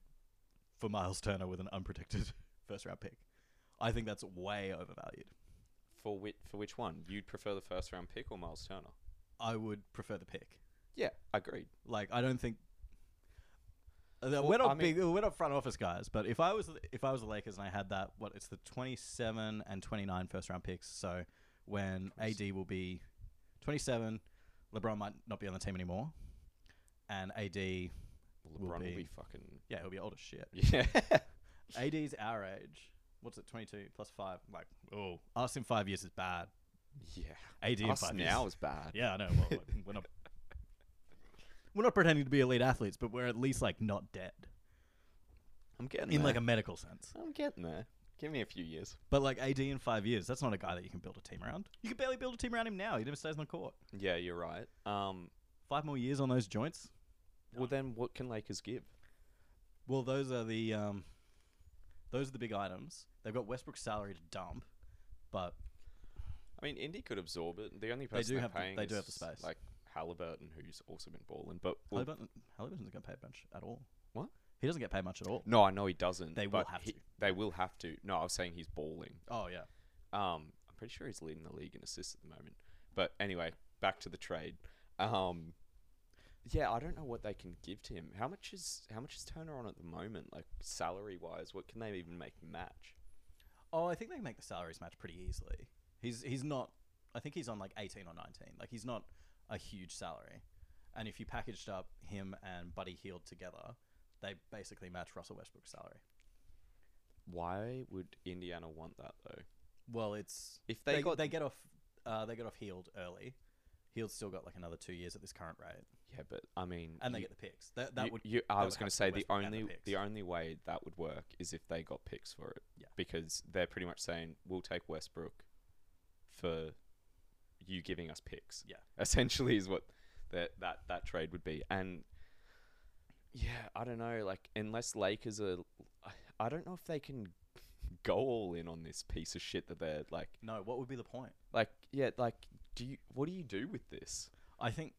for Miles Turner with an unprotected *laughs* first round pick. I think that's way overvalued.
For which, for which one? You'd prefer the first round pick or Miles Turner?
I would prefer the pick.
Yeah, agreed.
Like I don't think Uh,
Well,
we're not
I mean-
big. We're not front office guys. But if I was if I was the Lakers and I had that, what it's the 27 and 29 first round picks. So when AD will be 27, LeBron might not be on the team anymore, and AD yeah
LeBron
Will
will be,
be.
fucking
he'll be old as shit.
*laughs* yeah.
AD's our age. What's it? 22 plus five. Like oh, us in five years is bad.
yeah.
AD in
Us
five years.
now is bad.
Yeah, I know. Well, like, we're
*laughs*
not we're not pretending to be elite athletes, but we're at least like not dead
I'm getting
in
there.
like a medical sense.
I'm getting there. Give me a few years.
But like AD in five years, that's not a guy that you can build a team around. You can barely build a team around him now. He never stays on the court.
Yeah, you're right. Um,
Five more years on those joints.
well then, what can Lakers give?
Well, those are the um, those are the big items. They've got Westbrook's salary to dump, but
I mean, Indy could absorb it. The only person
do
are
have the-
paying
they do have the
is,
space.
like Halliburton, who's also been balling. But well,
Halliburton, Halliburton doesn't get paid much at all.
What?
He doesn't get paid much at all.
no, I know he doesn't.
They will
but
have
he-
to.
They will have to. No, I was saying he's balling.
Oh yeah.
Um, I'm pretty sure he's leading the league in assists at the moment. But anyway, back to the trade. Um, yeah, I don't know what they can give to him. How much is how much is Turner on at the moment? Like salary wise, what can they even make match?
Oh, I think they can make the salaries match pretty easily. He's he's not. I think he's on like eighteen or nineteen. Like he's not a huge salary. And if you packaged up him and Buddy Heald together, they basically match Russell Westbrook's salary.
Why would Indiana want that though?
Well, it's
If
they
they,
they,
got
get off uh, they get off Heald early. Heald's still got like another two years at this current rate,
yeah, but I mean,
and they
you-
get the picks. That that
you-
would
you-
that
I
would
was going
have
to
to
say
be
the
Westbrook and the
only the,
picks.
only way that would work is if they got picks for it.
Yeah.
Because they're pretty much saying we'll take Westbrook for you giving us picks.
Yeah.
Essentially is what that that that trade would be. And yeah, I don't know like unless Lakers are I- I don't know if they can go all in on this piece of shit that they're like
no. What would be the point?
like yeah, like do you what do you do with this?
I think.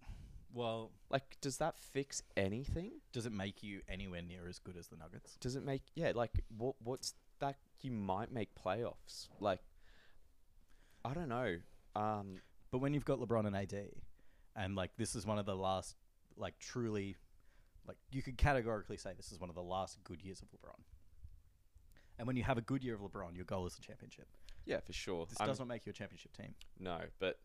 Well,
Like does that fix anything?
does it make you anywhere near as good as the Nuggets?
does it make yeah like what what's that you might make playoffs like i don't know um
But when you've got LeBron and AD, and like this is one of the last, like truly, like you could categorically say this is one of the last good years of LeBron. And when you have a good year of LeBron, your goal is a championship.
yeah for sure
This
I'm-
does not make you a championship team.
no but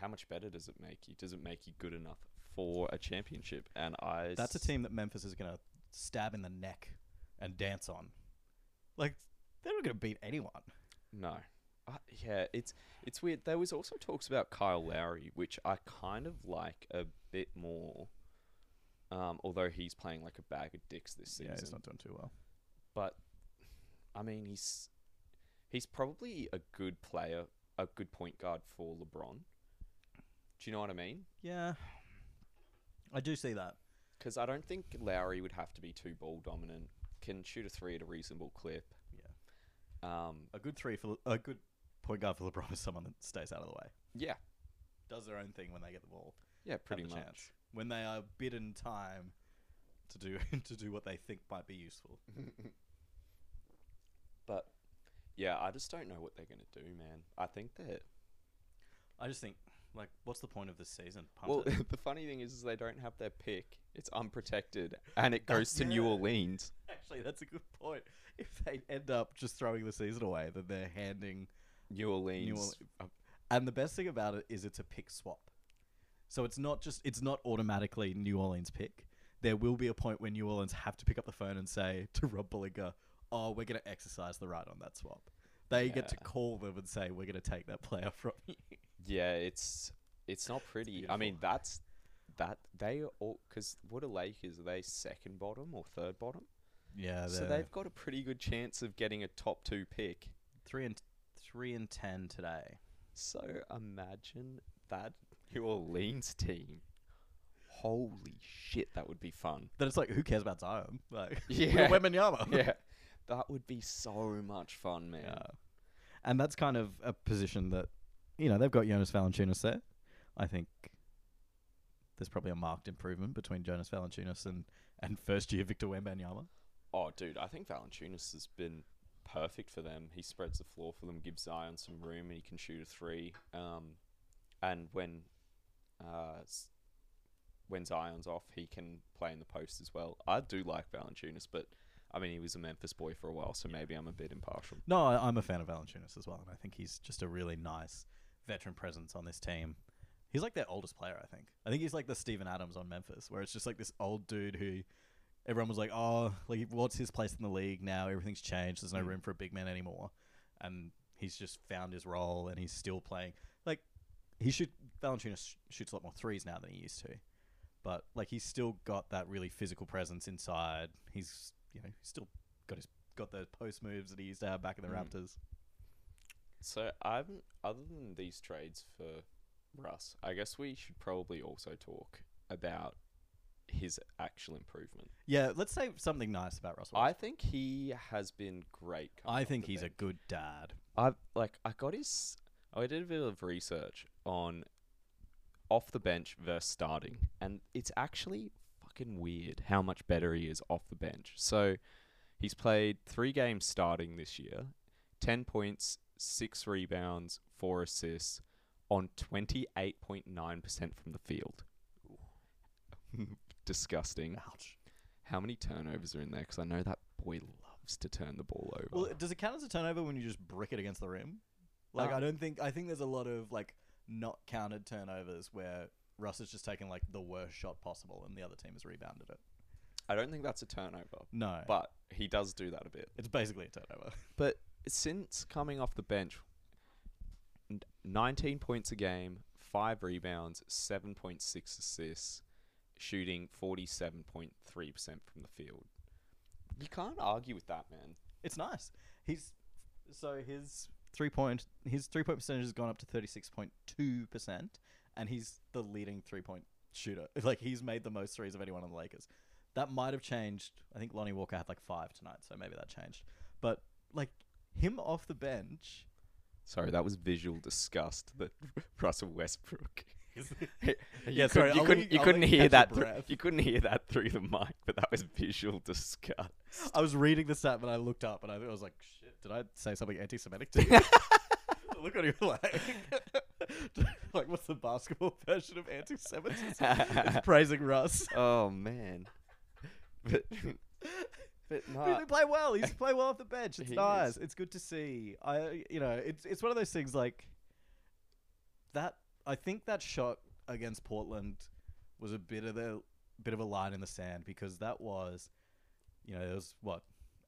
how much better does it make you does it make you good enough for a championship and i
That's a
s-
team that Memphis is going to stab in the neck and dance on. Like they're not going to beat anyone.
no I yeah it's it's weird there was also talks about kyle lowry which i kind of like a bit more um although he's playing like a bag of dicks this season
Yeah, he's not doing too well.
but I mean, he's he's probably a good player, a good point guard for LeBron. Do you know what I mean?
Yeah, I do see that.
Because I don't think Lowry would have to be too ball dominant. Can shoot a three at a reasonable clip.
Yeah.
Um.
A good three for a good point guard for LeBron is someone that stays out of the way,
Yeah.
does their own thing when they get the ball.
Yeah. Pretty
the
much.
chance. when they are bidden time to do *laughs* to do what they think might be useful.
*laughs* But yeah, I just don't know what they're gonna do, man. I think that.
I just think, like, what's the point of this season? Punt
Well, *laughs*
it.
the funny thing is, is they don't have their pick. It's unprotected, and *laughs* it goes to New
yeah.
Orleans.
*laughs* actually, that's a good point. If they end up just throwing the season away, then they're handing.
New Orleans.
Orleans. And the best thing about it is it's a pick swap, so it's not just it's not automatically New Orleans pick. There will be a point when New Orleans have to pick up the phone and say *laughs* to Rob Bullinger, "Oh, we're going to exercise the right on that swap." They get to
Yeah.
call them and say, "We're going to take that player *laughs* from you."
Yeah, it's it's not pretty. I mean,
beautiful.
that's that they are all because what are Lakers? Are they second bottom or third bottom?
Yeah,
so they've got a pretty good chance of getting a top two pick.
three and three and ten today.
So imagine that New Orleans team. Holy shit, that would be
*laughs*
fun.
Then it's like, who cares about Zion? *laughs* Like,
*laughs* Yeah.
Weminyama.
*laughs* yeah, that would be so much fun, man.
*laughs* yeah. And that's kind of a position that, you know, they've got Jonas Valanciunas there. I think there's probably a marked improvement between Jonas Valanciunas and, and first year Victor Wembanyama.
Oh, dude, I think Valanciunas has been perfect for them. He spreads the floor for them, gives Zion some room, and he can shoot a three. Um, and when uh, S- when Zion's off, he can play in the post as well. I do like Valanciunas, but I mean, he was a Memphis boy for a while, so maybe I'm a bit impartial.
No, I, I'm a fan of Valanciunas as well, and I think he's just a really nice veteran presence on this team. He's like their oldest player, I think. I think he's like the Steven Adams on Memphis, where it's just like this old dude who everyone was like, "Oh, like what's his place in the league now? Everything's changed. There's no
Mm.
room for a big man anymore." And he's just found his role, and he's still playing. Like he should Valanciunas sh- shoots a lot more threes now than he used to, but like he's still got that really physical presence inside. He's you know he's still got his got those post moves that he used to have back in the
Mm.
Raptors.
So I haven't, other than these trades for Russ, I guess we should probably also talk about his actual improvement.
Yeah, let's say something nice about Russell.
I
Westbrook.
think he has been great. coming
I
off
think
the
he's a
bench.
good dad.
I like I got his. I did a bit of research on off the bench versus starting, and it's actually fucking weird how much better he is off the bench. So he's played three games starting this year, ten points, six rebounds, four assists, on twenty eight point nine percent from the field. *laughs* Disgusting.
Ouch.
How many turnovers are in there? Because I know that boy loves to turn the ball over.
Well, does it count as a turnover when you just brick it against the rim? Like, I
Um,
don't think I think there's a lot of like not counted turnovers where Russ has just taken like the worst shot possible and the other team has rebounded it.
I don't think that's a turnover.
No, but
but he does do that a bit.
it's basically a turnover.
But since coming off the bench, n- 19 points a game, five rebounds, 7.6 assists, shooting 47.3% from the field. You can't argue with that, man.
It's nice. He's so his three point his three point percentage has gone up to thirty six point two percent, and he's the leading three point shooter. *laughs* Like he's made the most threes of anyone on the Lakers. That might have changed. I think Lonnie Walker had like five tonight, so maybe that changed. But like him off the bench,
Sorry, that was visual disgust that *laughs* Russell Westbrook. *laughs*
Yeah,
you
sorry,
could, you
I'll
couldn't,
let you-
you
I'll
couldn't
let you catch your
hear that. thr-
breath.
you couldn't hear that through the *laughs* mic, but that was visual disgust.
I was reading this out, and I looked up, and I, I was like, "Shit, did I say something anti-Semitic to you?" *laughs* Look what you're like. *laughs* like, what's the basketball *laughs* version of anti-Semitism? it's praising Russ.
Oh man. But *laughs* but
But he's
no.
been playing well. He's playing well off the
*laughs*
bench. It's
He
nice.
is.
It's good to see. I, you know, it's it's one of those things like that. I think that shot against Portland was a bit of the bit of a line in the sand because that was, you know, there was what.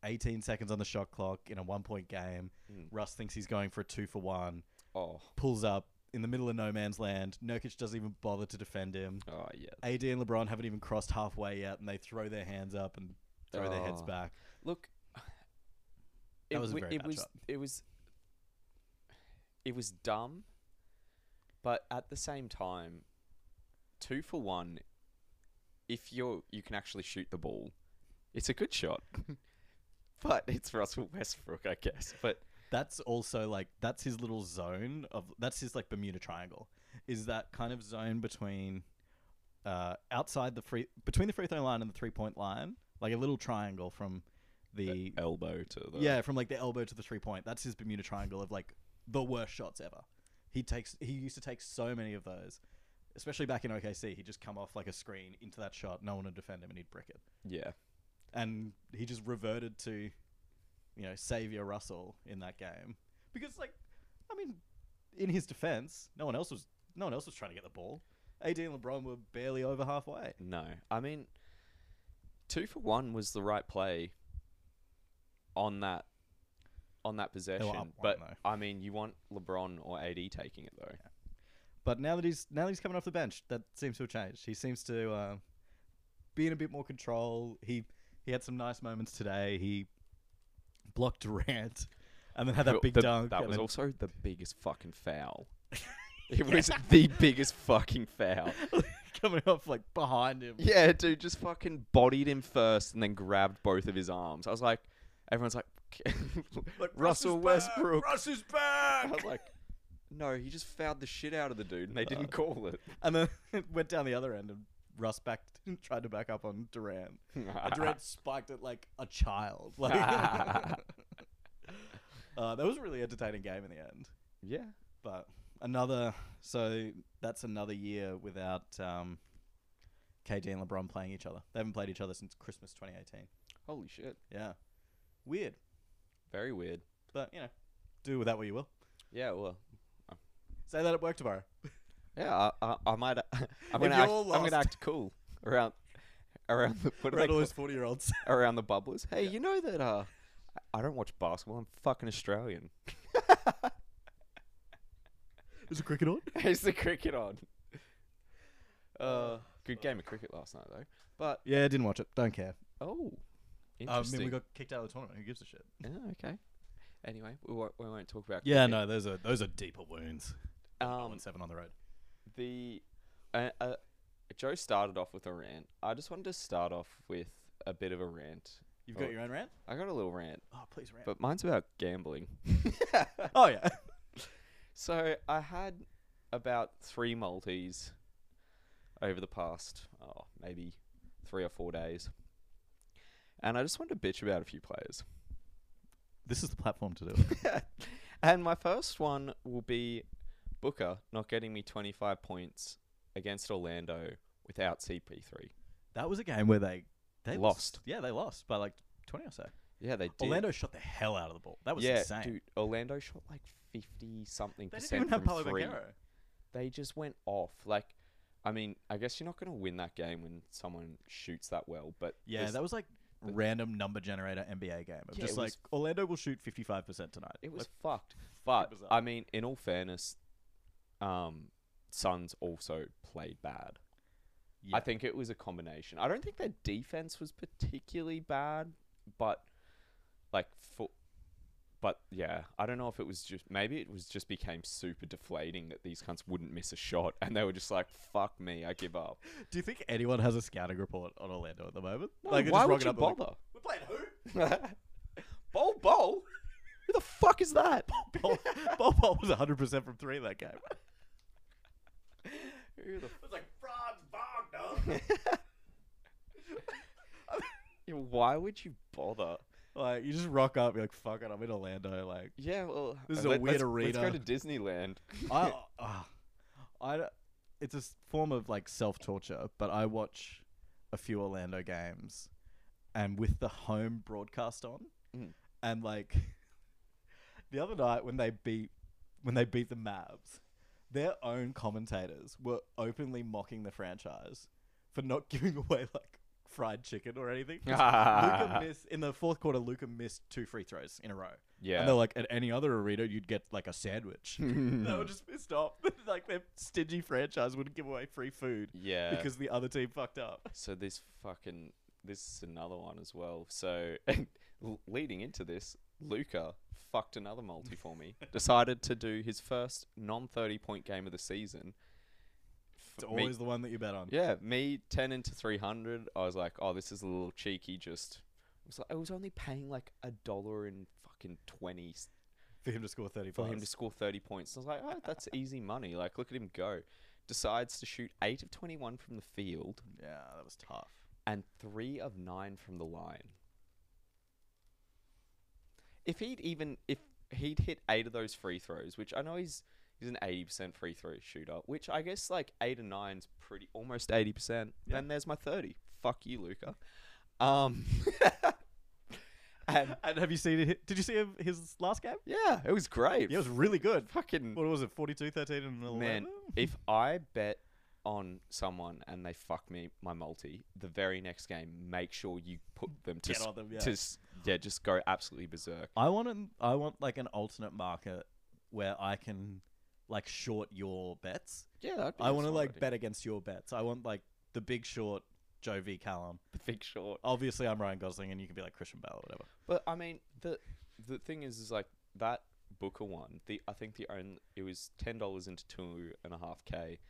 18 seconds on the shot clock in a one point game.
Mm.
Russ thinks he's going for a two for one,
Oh,
pulls up in the middle of no man's land. Nurkic doesn't even bother to defend him.
oh yeah.
AD and LeBron haven't even crossed halfway yet, and they throw their hands up and throw their heads
Oh.
back.
Look.
That was a
wa-
very
it
bad
was
shot.
it was it was dumb, but at the same time, two for one. If you're you can actually shoot the ball, it's a good shot. *laughs* but it's Russell Westbrook, I guess. But
that's also like that's his little zone of that's his like Bermuda Triangle is that kind of zone between uh, outside the free between the free throw line and the three point line, like a little triangle from the
elbow to the
yeah from like the elbow to the three point. That's his Bermuda Triangle of like the worst shots ever. He takes he used to take so many of those, especially back in OKC. He'd just come off like a screen into that shot, no one would defend him, and he'd brick it
yeah.
and he just reverted to, you know, Savior Russell in that game because, like, I mean, in his defense, no one else was no one else was trying to get the ball. AD and LeBron were barely over halfway.
No, I mean, two for one was the right play on that on that possession.
one,
but
though.
I mean, you want LeBron or AD taking it though.
But now that he's now that he's coming off the bench, that seems to have changed. He seems to uh, be in a bit more control. He he had some nice moments today. He blocked Durant, and then had that big
The-
dunk.
That
and
was
then-
also
*laughs*
the biggest fucking foul. it was the biggest fucking foul.
*laughs* coming off like behind him.
Yeah, dude, just fucking bodied him first and then grabbed both of his arms. I was like, everyone's like, *laughs*
Like, "Russ is
Russell
back!
Westbrook.
Russ is
I
back.
was like, no, he just fouled the shit out of the dude
Uh,
and they didn't call it.
And then *laughs* it went down the other end and Russ backed *laughs* tried to back up on Durant. And Durant spiked it like a child. *laughs* Like uh, that was a really entertaining game in the end.
*laughs* yeah.
But another so that's another year without um, KD and LeBron playing each other. They haven't played each other since Christmas 2018.
Holy shit.
Yeah. Weird.
Very weird.
But, you know, do with that what you will.
Yeah, well.
Say that at work tomorrow.
Yeah, I, I, I might. *laughs* I'm
If
gonna. Act,
you're
I'm gonna
lost-
act cool around, around the what do they
Right, all
call,
those 40 year olds.
around the bubblers. Hey, you know that uh, I- I don't watch basketball. I'm fucking Australian.
Is it cricket on?
*laughs* *laughs* Is the cricket on? Uh, good game of cricket last night though. But
Yeah, didn't watch it. Don't care.
oh,
I
interesting.
mean, Um, we got kicked out of the tournament. Who gives a shit?
Yeah, okay. Anyway, we won't, we won't talk about.
Yeah,
cricket.
no, those are those are deeper wounds.
Um,
One seven on the road.
the uh, uh, Joe started off with a rant. I just wanted to start off with a bit of a rant.
You've
oh.
got your own rant?
I got a little rant,
Oh, please rant.
but mine's about gambling.
*laughs* oh, yeah.
So I had about three multis over the past, oh, maybe three or four days, and I just wanted to bitch about a few players.
This is the platform to do it.
and my first one will be Booker not getting me 25 points against Orlando without CP3.
that was a game where they, they
Lost.
Yeah, they lost by like 20 or so.
Yeah, they did.
Orlando shot the hell out of the ball. That was
yeah,
insane.
dude, Orlando shot like 50 something
They didn't
percent
even have
from
Paulo
three.
Banchero.
They just went off. Like, I mean, I guess you're not going to win that game when someone shoots that well, but
Yeah,
this-
that was like
but-
random number generator NBA game. Of
Yeah,
just
it
like
was-
Orlando will shoot fifty five percent tonight.
it was
Like,
fucked. But
bizarre.
I mean, in all fairness, um, Suns also played bad.
yeah.
I think it was a combination. I don't think their defense was particularly bad, but like for but yeah, I don't know if it was just maybe it was just became super deflating that these cunts wouldn't miss a shot and they were just like, fuck me, I give up.
Do you think anyone has a scouting report on Orlando at the moment?
No,
they're
why
just
would
rocking
you
up and like,
bother?
We're playing
*laughs*
who? *laughs*
Bol Bol? Who the fuck is that?
Bol Bol, Bol was hundred percent from three in that game. It
Who the
was like Franz Wagner.
f- why would you bother?
like you just rock up, you're like, fuck it, I'm in Orlando. Like
Yeah, well,
This is a
let-
weird
let's, Let's
arena.
go to Disneyland.
*laughs* I, uh, I, d- it's a s- form of like self torture, but I watch a few Orlando games, and with the home broadcast on,
Mm.
and like *laughs* the other night when they beat when they beat the Mavs, their own commentators were openly mocking the franchise for not *laughs* giving away like fried chicken or anything. 'Cause *laughs* Luka missed in the fourth quarter. Luca missed two free throws in a row. And
yeah.
they're like, at any other arena, you'd get like a *laughs* sandwich. they were just pissed off. *laughs* like their stingy franchise wouldn't give away free food
yeah.
because the other team fucked up.
So this fucking this is another one as well. So *laughs* l- leading into this, Luca fucked another multi
*laughs*
for me. decided to do his first non thirty point game of the season. F-
It's
me-
always the one that you bet on.
yeah, me ten into three hundred. I was like, oh, this is a little cheeky. Just it was like I was only paying like a dollar and fucking twenty s-
For him to score 35.
for him to score thirty points. I was like, oh, that's easy money. Like look at him go. Decides to shoot eight of twenty one from the field
yeah, that was tough.
and three of nine from the line. If he'd even if he'd hit eight of those free throws, which I know he's he's an eighty percent free throw shooter, which I guess like eight and nine's pretty almost eighty percent.
Yeah.
Then there's my thirty. Fuck you, Luca. Um, *laughs* *laughs* and
*laughs* And have you seen it? Did you see him, his last game?
yeah, it was great.
Yeah, it was really
*laughs*
good.
fucking
What was it, 42, 13, and 11? *laughs*
Man, if I bet on someone and they fuck me my multi, the very next game, make sure you put them to
Get
s-
on them, yeah.
to s- yeah, just go absolutely berserk.
I want an, I want like an alternate market where I can like short your bets.
Yeah, that'd
I want to like bet against your bets. I want like the big short, Joe V. Callum.
the big short.
Obviously, I'm Ryan Gosling, and you can be like Christian Bale or whatever.
But I mean, the the thing is, is like that Booker one. The I think the own it was ten dollars into two and a half k.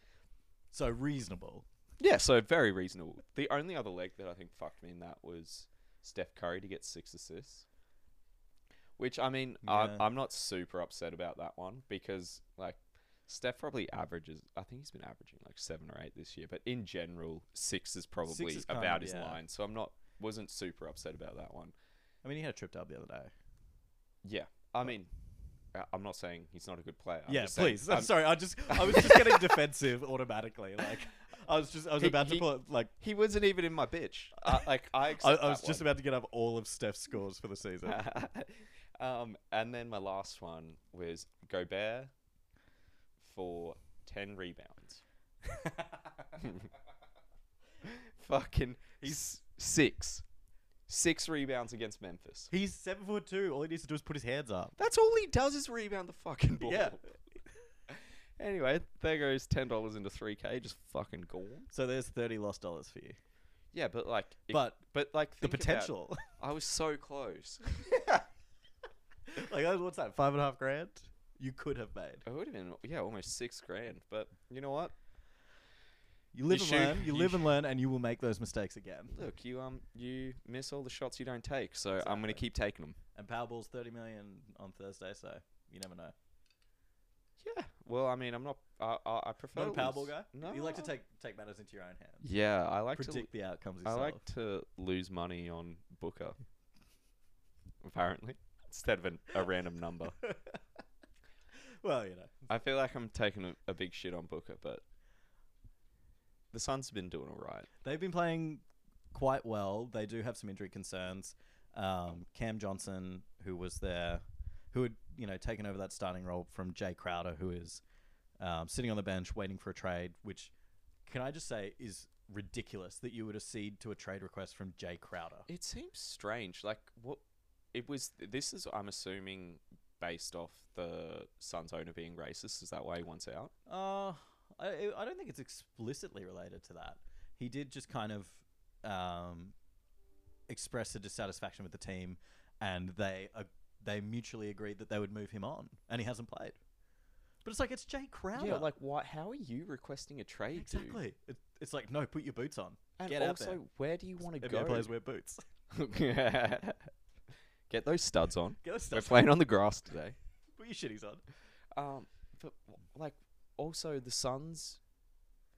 So reasonable.
Yeah, so very reasonable. The only other leg that I think fucked me in that was Steph Curry to get six assists. Which I mean,
Yeah.
I'm, I'm not super upset about that one because like Steph probably averages. I think he's been averaging like seven or eight this year, but in general, six is probably
is kind
about
of-
his
yeah.
line. So I'm not wasn't super upset about that one.
I mean, he had a trip dub the other day.
Yeah, I mean, I- I'm not saying he's not a good player. I'm
Uh, yeah,
just saying-
please. *laughs* I'm,
I'm-
sorry. I just I was just getting defensive automatically. Like I was just I was
He-
about to
he-
pull up, like
He wasn't even in my bitch. I, like
*laughs*
I,
I,
accept
I was
that
just
one.
about to get up all of Steph's scores for the
*laughs*
season.
um, and then my last one was Gobert for 10 rebounds. *laughs* Fucking, he's six. Six rebounds against Memphis.
He's seven foot two. All he needs to do is put his hands up.
That's all he does is rebound the fucking ball.
Yeah.
*laughs* Anyway, there goes $10 into 3K, just fucking gone.
So there's thirty lost dollars for you.
Yeah, but like, it-
But
but like,
the
think about-
potential,
I was so close. *laughs*
*laughs* like uh, what's that? Five and a half grand. You could have made.
It would have been, yeah, almost six grand. But you know what?
You live and
should-
learn. You
you
live
sh-
and learn, and you will make those mistakes again.
Look, you um, you miss all the shots you don't take, so I'm gonna
Exactly.
keep taking them.
And Powerball's thirty million on Thursday, so you never know.
Yeah. Well, I mean, I'm not. I I, I prefer
Not a
to
Powerball
lose-
guy.
No.
You like to take take matters into your own hands.
Yeah, I like
Predict the outcomes
to. I
yourself.
like to lose money on Booker. apparently, instead of an, a
*laughs*
random number,
well, you know.
I feel like I'm taking a, a big shit on Booker, but the Suns have been doing all right.
They've been playing quite well. They do have some injury concerns. Um, Cam Johnson, who was there, who had you know taken over that starting role from Jay Crowder, who is um, sitting on the bench waiting for a trade, which can I just say is ridiculous that you would accede to a trade request from Jay Crowder.
It seems strange. Like what? It was. This is. I'm assuming based off the Suns owner being racist. Is that why he wants out?
Uh, I, I- I don't think it's explicitly related to that. He did just kind of um, express a dissatisfaction with the team, and they uh, they mutually agreed that they would move him on, and he hasn't played. But it's like it's Jay Crowder.
Yeah, like why? How are you requesting a trade, dude?
exactly. It, it's like no, put your boots on.
And
Get out
also,
there.
where do you want to
NBA players
go?
wear boots. *laughs*
*laughs* Get those studs *laughs* on.
Get those
We're
stuff.
playing on the grass today.
Put your shitties on.
Um, but w- like, also the Suns,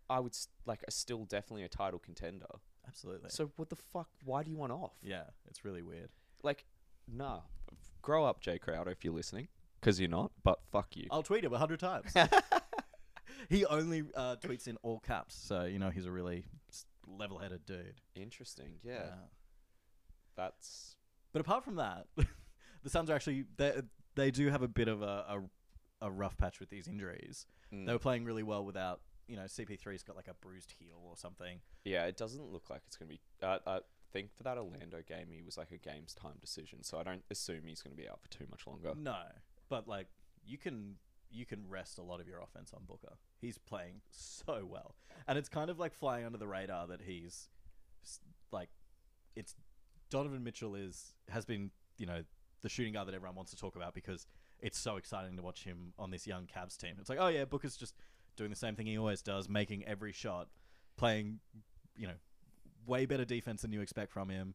I would s- like are still definitely a title contender.
Absolutely.
So what the fuck? Why do you want off?
yeah, it's really weird.
Like, nah. Grow up, Jay Crowder, if you're listening, because you're not. But fuck you.
I'll tweet him a hundred
*laughs*
times. he only uh, tweets in all caps, so you know he's a really s- level-headed dude.
Interesting. Yeah, that's
Uh, But apart from that, *laughs* the Suns are actually they they do have a bit of a a, a rough patch with these injuries.
mm.
They were playing really well without you know CP3's got like a bruised heel or something.
yeah. It doesn't look like it's gonna be. Uh, I think for that Orlando game, he was like a game's time decision, so I don't assume he's gonna be out for too much longer.
No, but like you can you can rest a lot of your offense on Booker. He's playing so well, and it's kind of like flying under the radar that he's s- like it's Donovan Mitchell is has been you know the shooting guard that everyone wants to talk about because it's so exciting to watch him on this young Cavs team. It's like oh yeah, Booker's just doing the same thing he always does, making every shot, playing you know way better defense than you expect from him,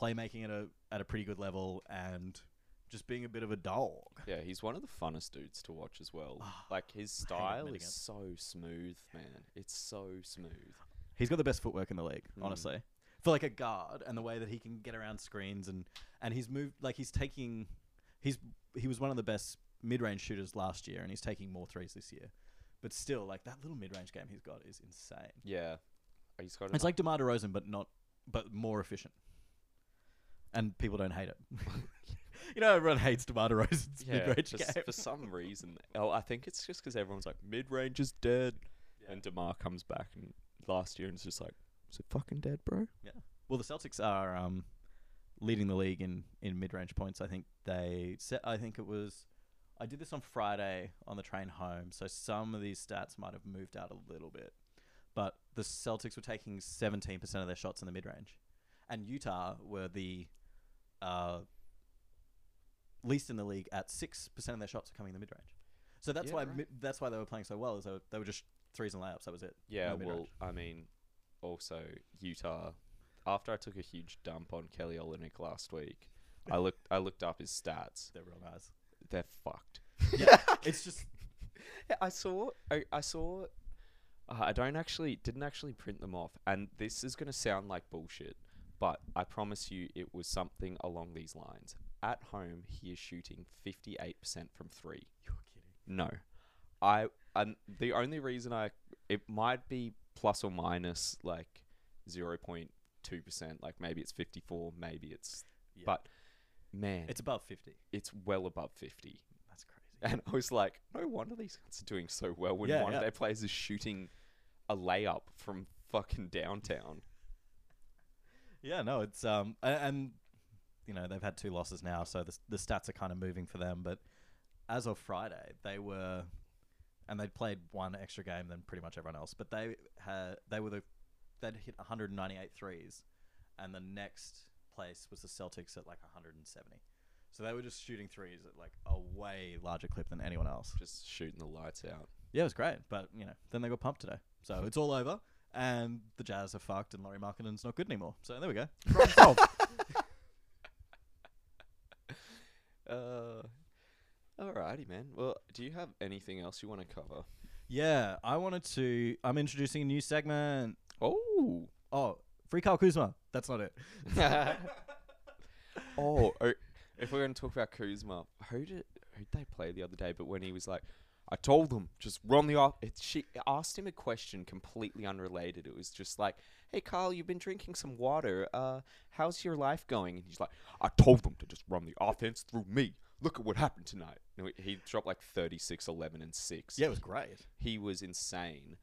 playmaking at a at a pretty good level, and just being a bit of a dog.
Yeah, he's one of the funnest dudes to watch as well.
Ah,
like his style
admitting
is
it.
so smooth, man. It's so smooth.
He's got the best footwork in the league,
Mm.
honestly. For like a guard and the way that he can get around screens and and he's moved like he's taking he's he was one of the best mid-range shooters last year and he's taking more threes this year. But still like that little mid-range game he's got is insane.
Yeah, he's got.
It's like DeMar DeRozan but not but more efficient. And people don't hate it. *laughs* you know everyone hates DeMar DeRozan's mid-range
for,
game.
s- for some reason. Oh, I think it's just because everyone's like mid range is dead,
Yeah.
and Demar comes back and last year and it's just like, is it fucking dead, bro?
Well, the Celtics are um, leading the league in, in mid range points. I think they set. I think it was. I did this on Friday on the train home, so some of these stats might have moved out a little bit. But the Celtics were taking 17% of their shots in the mid range, and Utah were the uh, least in the league at 6% of their shots are coming in the mid range. So that's
Yeah,
why
right.
mi- that's why they were playing so well. Is they were, they were just threes and layups. That was it.
Yeah.
No
well,
mid-range.
I mean, also Utah. After I took a huge dump on Kelly Olynyk last week, I looked. I looked up his stats.
They're real
*laughs*
guys.
They're fucked.
Yeah, it's just
Yeah, I saw. I, I saw. Uh, I don't actually didn't actually print them off, and this is gonna sound like bullshit, but I promise you, it was something along these lines. At home, he is shooting fifty eight percent from three.
you're kidding.
No, I and the only reason I it might be plus or minus like 0.2%. Like maybe it's 54, maybe it's.
Yeah.
But man,
It's above 50.
it's well above 50.
That's crazy.
*laughs* And I was like, no wonder these guys are doing so well when
Yeah,
one
yeah.
of their players is shooting a layup from fucking downtown.
Yeah, no, it's um, a- and you know they've had two losses now, so the the stats are kind of moving for them. But as of Friday, they were, and they'd played one extra game than pretty much everyone else. But they had they were the they'd hit 198 threes, and the next place was the Celtics at like 170. So they were just shooting threes at like a way larger clip than anyone else.
Just shooting the lights out.
Yeah, it was great, but you know, then they got pumped today, so *laughs* it's all over. And the Jazz are fucked, and Laurie Markkinen's not good anymore. So there we *laughs* go. Problem solved.
Uh, alrighty, man. Well, do you have anything else you want to cover?
Yeah, I wanted to. I'm introducing a new segment.
Oh.
Oh, free Kyle Kuzma. That's not it. *laughs*
oh, oh, if we're going to talk about Kuzma, who did who did they play the other day? But when he was like, I told them just run the off. It, she asked him a question completely unrelated. It was just like, Hey, Carl, you've been drinking some water. Uh, how's your life going? And he's like, I told them to just run the offense through me. Look at what happened tonight. And he- he dropped like 36, 11, and six
Yeah, it was great.
he was insane.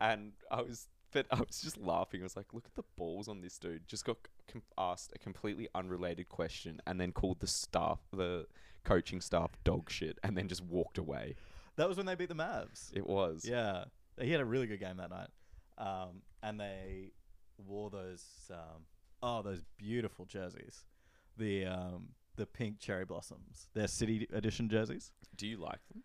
And I was, but I was just laughing. I was like, look at the balls on this dude. Just got com- asked a completely unrelated question and then called the staff, the coaching staff, dog shit, and then just walked away.
That was when they beat the Mavs.
It was.
Yeah, he had a really good game that night. Um, and they wore those um, oh those beautiful jerseys, the um, the pink cherry blossoms. They're city edition jerseys.
Do you like them?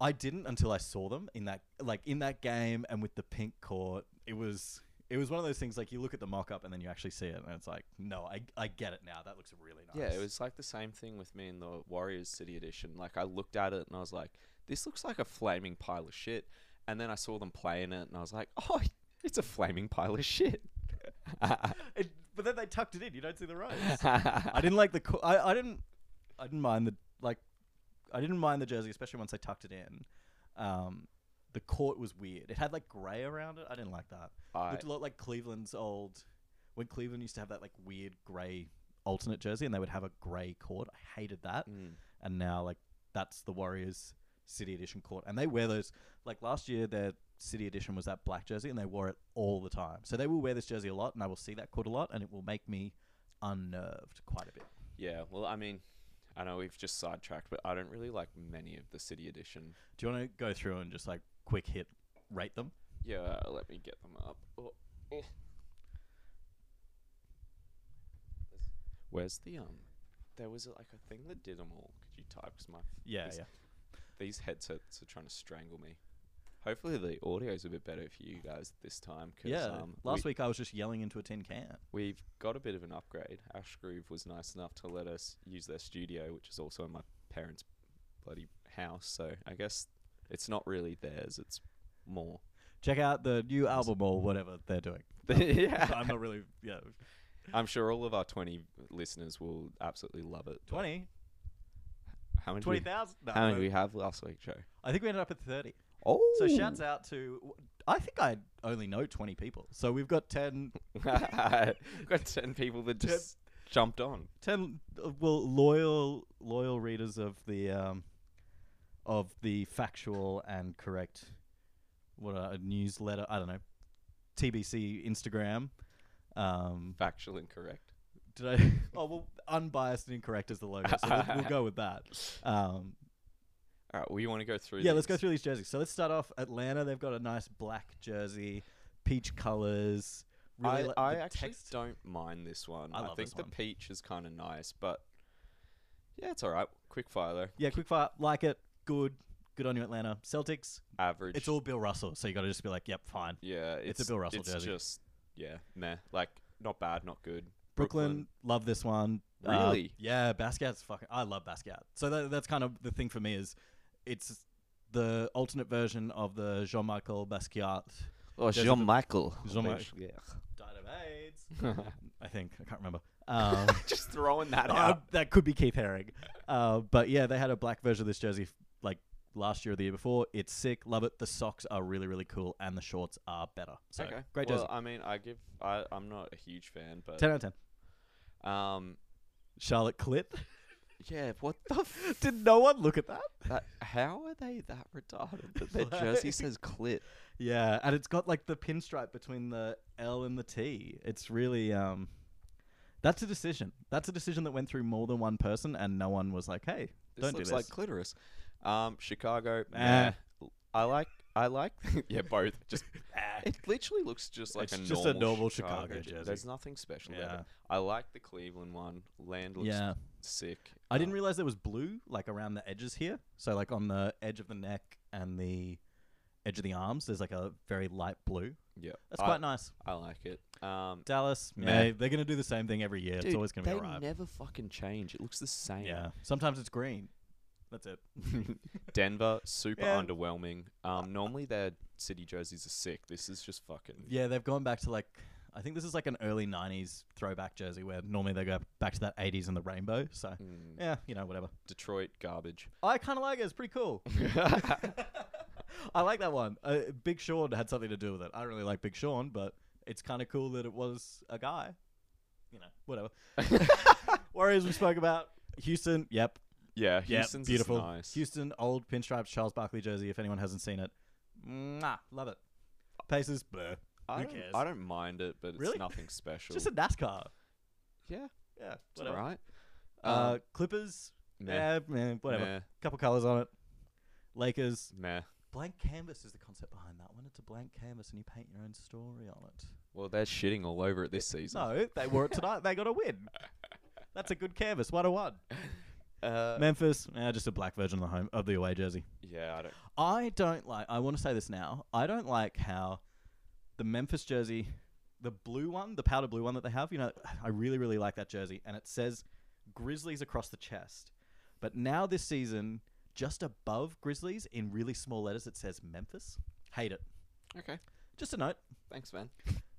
I didn't until I saw them in that like in that game and with the pink court. It was it was one of those things like you look at the mock up and then you actually see it and it's like, no, I, I get it now. That looks really nice.
Yeah, it was like the same thing with me in the Warriors City Edition. Like, I looked at it and I was like, this looks like a flaming pile of shit. And then I saw them playing it and I was like, *laughs* oh, it's a flaming pile of *laughs* shit.
It- but then they tucked it in, you don't see the rows. I didn't like the co- I, I didn't I didn't mind the like I didn't mind the jersey, especially once they tucked it in. Um the court was weird. It had like grey around it. I didn't like that.
I-
looked a lot like Cleveland's old when Cleveland used to have that like weird grey alternate jersey and they would have a grey court. I hated that.
Mm.
And now like that's the Warriors City Edition court. And they wear those like last year their City Edition was that black jersey and they wore it all the time. So they will wear this jersey a lot and I will see that court a lot and it will make me unnerved quite a bit.
Yeah, well, I mean, I know we've just sidetracked, but I don't really like many of the City Edition.
Do you want to go through and just like quick hit rate them?
Yeah, let me get them up. Oh, eh. Where's the um? There was like a thing that did them all. Could you type? Cause my
Yeah,
Yes.
yeah.
these headsets are trying to strangle me. Hopefully the audio's a bit better for you guys this time. 'cause,
Yeah.
Um,
Last
we,
week I was just yelling into a tin can.
we've got a bit of an upgrade. Ash Groove was nice enough to let us use their studio, which is also in my parents' bloody house. So I guess it's not really theirs. It's more. *laughs*
Check out the new album or whatever they're doing.
yeah.
*laughs* Oh, I'm not really yeah.
I'm sure all of our 20 listeners will absolutely love it. but
Twenty.
How many? do we-
Twenty thousand. No,
how many
no.
do we have last week, Joe?
I think we ended up at thirty.
Oh,
So shouts out to. I think I only know twenty people. So we've got 10,
*laughs* We've got 10 people that
Ten-
just jumped on.
10 uh, well loyal loyal readers of the um, of the factual and correct what a newsletter. I don't know. TBC Instagram.
*laughs*
Um,
Factual incorrect.
Did I? Oh well, unbiased and incorrect is the logo, so we'll, we'll go with that. Um,
All right, well, you want to go through
yeah, let's go
these?
through these jerseys. So let's start off Atlanta. They've got a nice black jersey, peach colors. Really,
I,
like
I
the
actually
text.
don't mind this one.
I
I,
love
think
this
the
one.
peach is kind of nice, but yeah, it's all right. Quick fire though.
Yeah, quick fire, like it, good, good on you, Atlanta Celtics.
Average.
It's all Bill Russell, so you got to just be like, yep, fine.
yeah. It's,
a Bill Russell
it's
jersey.
just yeah, meh. Like not bad, not good.
Brooklyn, love this one. Uh,
Really?
yeah, Basquiat's fucking. I love Basquiat. So that, that's kind of the thing for me is, it's the alternate version of the Jean Michel Basquiat
Oh,
Jersey- Jean
Michael.
Jean Mich- died of AIDS.
*laughs*
I think I can't remember. Um,
*laughs* just throwing that
*laughs* uh,
out.
that could be Keith Haring, uh, but yeah, they had a black version of this jersey, f- like last year or the year before. It's sick. Love it. The socks are really, really cool, and the shorts are better. So
okay.
great
well, uh,
jersey.
I mean, I give. I, I'm not a huge fan, but
Ten out of ten.
um,
Charlotte Clit.
*laughs* yeah. What the? F-
*laughs* Did no one look at that?
that, how are they that retarded that their
*laughs*
jersey
Like-
says clit?
Yeah, and it's got like the pinstripe between the L and the T. It's really um that's a decision. That's a decision that went through more than one person and no one was like, "Hey,
This
don't do
looks
this."
like clitoris. Um, Chicago.
Ah.
nah. I like. I like. *laughs* yeah, both. Just
Ah.
It literally looks just like
It's
a
just a
normal
normal Chicago
je-
jersey.
There's nothing special about
Yeah.
it. I like the Cleveland one. Land looks
yeah.
sick.
I didn't
Um,
realize there was blue like around the edges here. So like on the edge of the neck and the edge of the arms, there's like a very light blue.
yeah,
That's
I,
quite nice.
I like it. Um,
Dallas,
Meh.
yeah, they're going to do the same thing every year.
dude,
it's always going to be
they
a rival.
never fucking change. It looks the same.
Yeah. Sometimes it's green. That's *laughs* it.
Denver, super
Yeah.
underwhelming. Um, normally their city jerseys are sick. This is just fucking.
Yeah, they've gone back to like I think this is like an early '90s throwback jersey where normally they go back to that '80s and the rainbow. So
Mm,
yeah, you know, whatever.
Detroit garbage.
*laughs* I kind of like it. It's pretty cool. *laughs* I like that one. Uh, Big Sean had something to do with it. I don't really like Big Sean, but it's kind of cool that it was a guy. You know, whatever. *laughs* Warriors we spoke about. Houston, yep,
yeah,
yep,
Houston's is
beautiful.
nice.
Houston, old pinstripes, Charles Barkley jersey. If anyone hasn't seen it, mwah, love it. Pacers, bleh.
I
who
don't,
cares?
I don't mind it, but it's
Really?
nothing special.
Just a NASCAR.
yeah,
Yeah,
it's all
whatever.
right.
Uh,
Um,
Clippers,
meh,
yeah, man, whatever.
meh,
Couple colors on it. Lakers,
meh.
blank canvas is the concept behind that one. It's a blank canvas, and you paint your own story on it.
Well, they're shitting all over it this season.
No, they wore it tonight. they got a win. That's a good canvas. One to one.
Uh,
Memphis, eh, just a black version of the home of the away jersey.
yeah, I don't.
I don't like. I want to say this now. I don't like how the Memphis jersey, the blue one, the powder blue one that they have. You know, I really, really like that jersey, and it says Grizzlies across the chest. But now this season, just above Grizzlies in really small letters, it says Memphis. Hate it.
Okay,
Just a note.
thanks, man.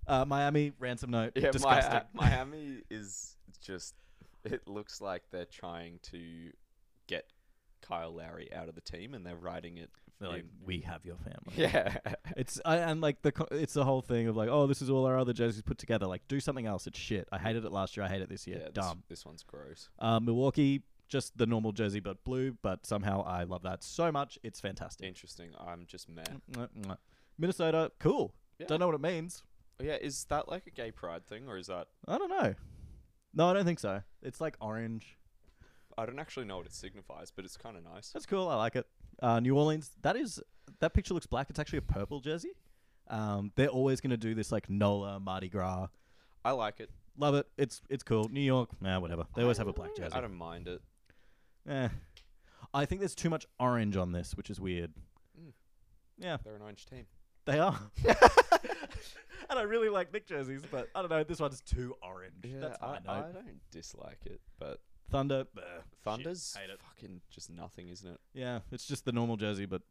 Uh, Miami ransom note.
Yeah,
Disgusting.
Mi- Miami is just. It looks like they're trying to get Kyle Lowry out of the team, and they're writing it.
*laughs* They're like,
in-
we have your family.
*laughs* yeah, *laughs*
It's I, and like the co- it's the whole thing of like oh this is all our other jerseys put together like do something else it's shit I hated it last year I hate it this year
this-
dumb
This, one's gross.
Uh, Milwaukee, just the normal jersey but blue, but somehow I love that so much. It's fantastic.
Interesting. I'm just mad.
Mwah, mwah. Minnesota, cool.
Yeah.
Don't know what it means.
Oh, Yeah, is that like a gay pride thing, or is that?
I don't know. No, I don't think so. It's like orange.
I don't actually know what it signifies, but it's kind of nice.
That's cool. I like it. Uh, New Orleans, that is that picture looks black. It's actually a purple jersey. Um, they're always going to do this like Nola, Mardi Gras.
I like it.
Love it. It's it's cool. New York, nah, whatever. They always
I
have a
don't
black
know.
jersey.
I don't mind it.
Eh. I think there's too much orange on this, which is weird.
Mm.
Yeah.
They're an orange team.
They are. *laughs* and I really like Nick jerseys, but I don't know. This one's too orange. That's
I,
my note.
I don't dislike it, but
Thunder. bleh,
Thunder's
Shit, hate it.
fucking just nothing, isn't it?
Yeah, it's just the normal jersey, but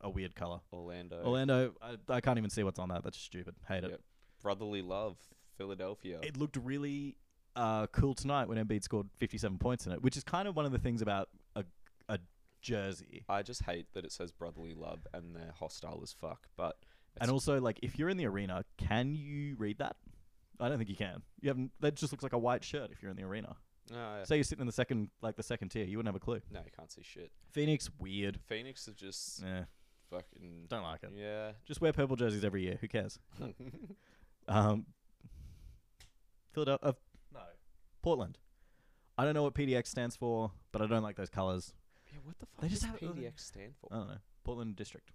a weird color.
Orlando.
Orlando. I, I can't even see what's on that. That's stupid. Hate it.
Yep. Brotherly love. Philadelphia.
It looked really uh, cool tonight when Embiid scored 57 points in it, which is kind of one of the things about a a jersey.
I just hate that it says brotherly love and they're hostile as fuck. But
And
It's-
also, like, if you're in the arena, can you read that? I don't think you can. You haven't. That just looks like a white shirt if you're in the arena.
no,
Say you're sitting in the second, like the second tier, you wouldn't have a clue.
uh, no, you can't see shit.
Phoenix, weird.
Phoenix are just
Yeah,
fucking.
don't like it. *laughs*
Yeah.
Just wear purple jerseys every year. Who cares? Um, Philadelphia, uh, no, Portland. I don't know what PDX stands for, but I don't like those colors.
Yeah, what the fuck
They just
does
have-
PDX stand for?
I don't know. Portland District.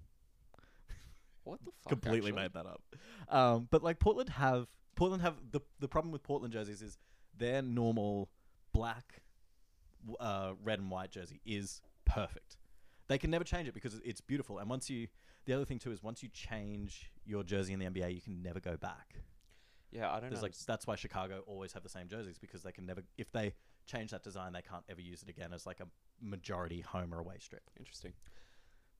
what the fuck?
Completely
actually?
made that up. Um, but like Portland have Portland have the the problem with Portland jerseys is their normal black, w- uh, red and white jersey is perfect. They can never change it because it's beautiful. And once you, the other thing too is once you change your jersey in the NBA, you can never go back.
Yeah, I don't
There's
know.
like that's why Chicago always have the same jerseys because they can never if they change that design they can't ever use it again as like a majority home or away strip.
Interesting.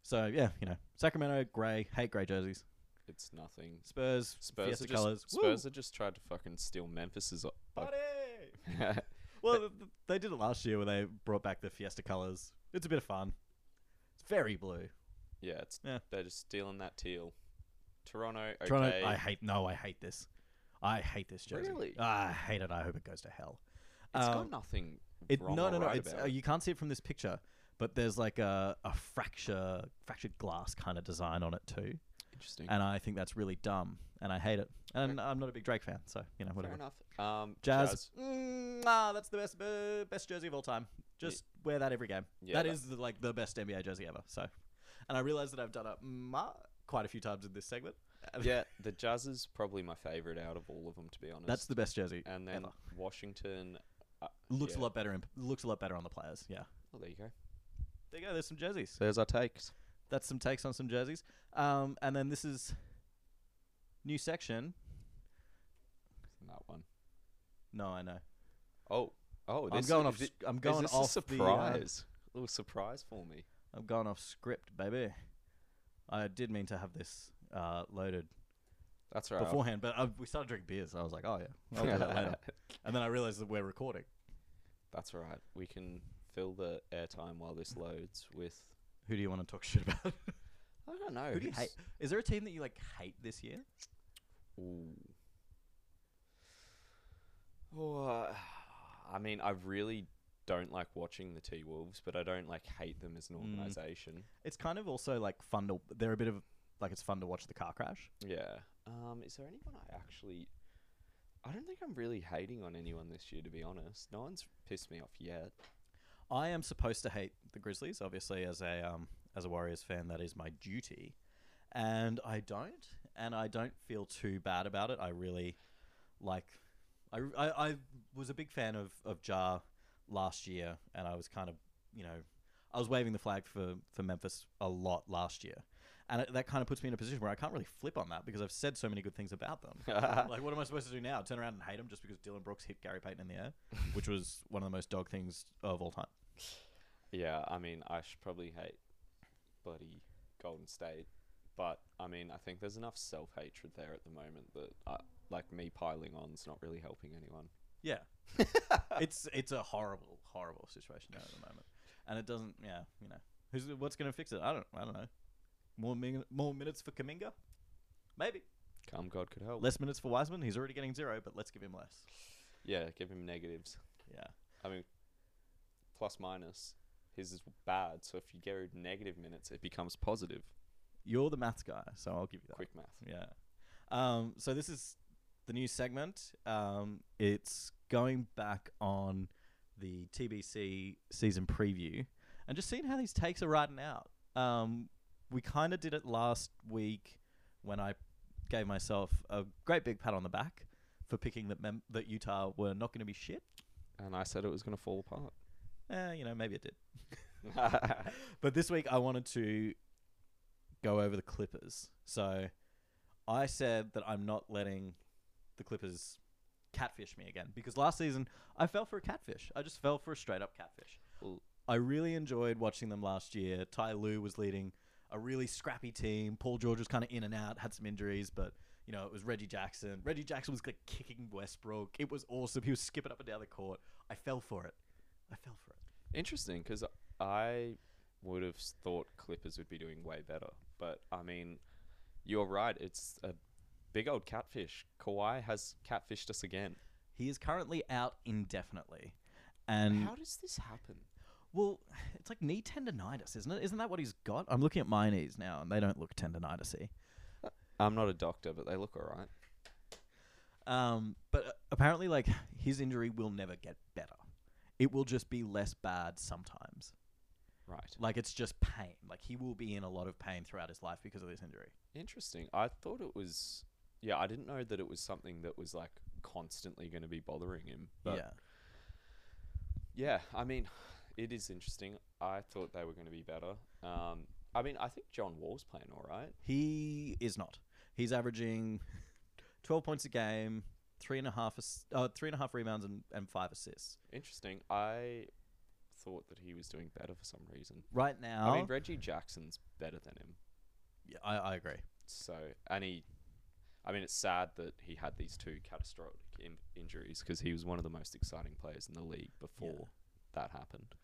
So yeah, you know Sacramento grey hate grey jerseys.
It's nothing.
Spurs
Spurs
Fiesta
are just.
colours.
Spurs are just tried to fucking steal Memphis's. o- *laughs*
Woo!
o-
well, th- th- they did it last year when they brought back the Fiesta colors. It's a bit of fun. very blue.
Yeah, it's
Yeah.
they're just stealing that teal. Toronto, okay.
Toronto, I hate. No, I hate this. I hate this jersey.
Really?
I hate it. I hope it goes to hell.
It's
Um,
got nothing
It,
wrong
no,
or
no, no.
right
It's,
about
uh,
it.
you can't see it from this picture, but there's like a, a fracture, fractured glass kind of design on it too,
Interesting.
and I think that's really dumb, and I hate it, and I'm not a big Drake fan, so you know
Fair
whatever.
enough. Um,
Jazz, *laughs* mm, ah, that's the best, uh, best jersey of all time.
Ye-
Just wear that every game.
Yeah,
that
that-
is the, like the best NBA jersey ever. So, and I realize that I've done it ma- quite a few times in this segment.
yeah, the Jazz is probably my favorite out of all of them, to be honest.
that's the best jersey.
and then
ever.
Washington. Uh,
Looks a
yeah.
lot better. In, looks a lot better on the players. Yeah.
Oh, there you go.
There you go. There's some jerseys.
there's our takes.
That's some takes on some jerseys. Um, and then this is new section.
That one.
No, I know.
Oh, oh,
I'm
this
going
is
off.
thi-
sc- I'm going
is
off
this a
The, uh,
surprise. a little surprise for me.
I'm going off script, baby. I did mean to have this uh, loaded
That's right.
beforehand, but uh we started drinking beers. So I was like, oh yeah, I'll do that
*laughs*
later. And then I realized that we're recording.
That's right. We can fill the airtime while this loads with.
Who do you want to talk shit about?
I don't know.
Who do you
who's-
hate? Is there a team that you like hate this year?
Ooh. Oh, uh, I mean, I really don't like watching the T Wolves, but I don't like hate them as an
Mm.
organization.
It's kind of also like fun to. They're a bit of like it's fun to watch the car crash.
Yeah. Um, is there anyone I actually? I don't think I'm really hating on anyone this year, to be honest. No one's pissed me off yet. *laughs*
I am supposed to hate the Grizzlies, obviously, as a um, as a Warriors fan, that is my duty, and I don't, and I don't feel too bad about it. I really like, I, I, I was a big fan of of Ja last year, and I was kind of you know, I was waving the flag for for Memphis a lot last year, and it, that kind of puts me in a position where I can't really flip on that because I've said so many good things about
*laughs*
them. like, what am I supposed to do now? Turn around and hate them just because Dylan Brooks hit Gary Payton in the air, which was one of the most dog things of all time.
Yeah, I mean, I should probably hate bloody Golden State, but I mean, I think there's enough self hatred there at the moment that I, like me piling on's not really helping anyone.
Yeah. it's it's a horrible, horrible situation now at the moment, and it doesn't. Yeah, you know, who's what's going to fix it? I don't. I don't know. More min- more minutes for Kaminga, maybe.
Come, God could help.
Less minutes for Wiseman. He's already getting zero, but let's give him less.
yeah, give him negatives.
Yeah.
I mean, plus minus. His is bad, so if you get rid of negative minutes, it becomes positive.
You're the maths guy, so I'll give you that.
Quick math.
Yeah. Um, so this is the new segment. Um, it's going back on the TBC season preview and just seeing how these takes are riding out. Um, we kind of did it last week when I gave myself a great big pat on the back for picking that mem- that Utah were not going to be shit.
And I said it was going to fall *laughs* apart.
Eh, you know, maybe it did. *laughs* But this week I wanted to go over the Clippers. So I said that I'm not letting the Clippers catfish me again because last season I fell for a catfish. I just fell for a straight up catfish.
Well-
I really enjoyed watching them last year. Ty Lue was leading a really scrappy team. Paul George was kind of in and out, had some injuries, but you know, it was Reggie Jackson. Reggie Jackson was like kicking Westbrook. It was awesome. He was skipping up and down the court. I fell for it. I fell for it.
Interesting, because I would have s- thought Clippers would be doing way better. But I mean, you're right. It's a big old catfish. Kawhi has catfished us again.
He is currently out indefinitely. And
How does this happen?
well, *sighs* it's like knee tendonitis, isn't it? Isn't that what he's got? I'm looking at my knees now, and they don't look tendonitis-y.
I'm not a doctor, but they look all right.
Um, but uh, apparently, like *sighs* his injury will never get better. It will just be less bad sometimes.
Right.
Like it's just pain. Like he will be in a lot of pain throughout his life because of this injury.
Interesting. I thought it was. Yeah, I didn't know that it was something that was like constantly going to be bothering him. But
yeah.
Yeah, I mean, it is interesting. I thought they were going to be better. Um, I mean, I think John Wall's playing all right.
He is not. He's averaging *laughs* 12 points a game, three and a half, ass- uh, three and a half rebounds, and, and five assists.
Interesting. I thought that he was doing better for some reason.
Right now,
I mean, Reggie Jackson's better than him.
Yeah, I, I agree.
So, and he, I mean, it's sad that he had these two catastrophic in- injuries because he was one of the most exciting players in the league before that happened.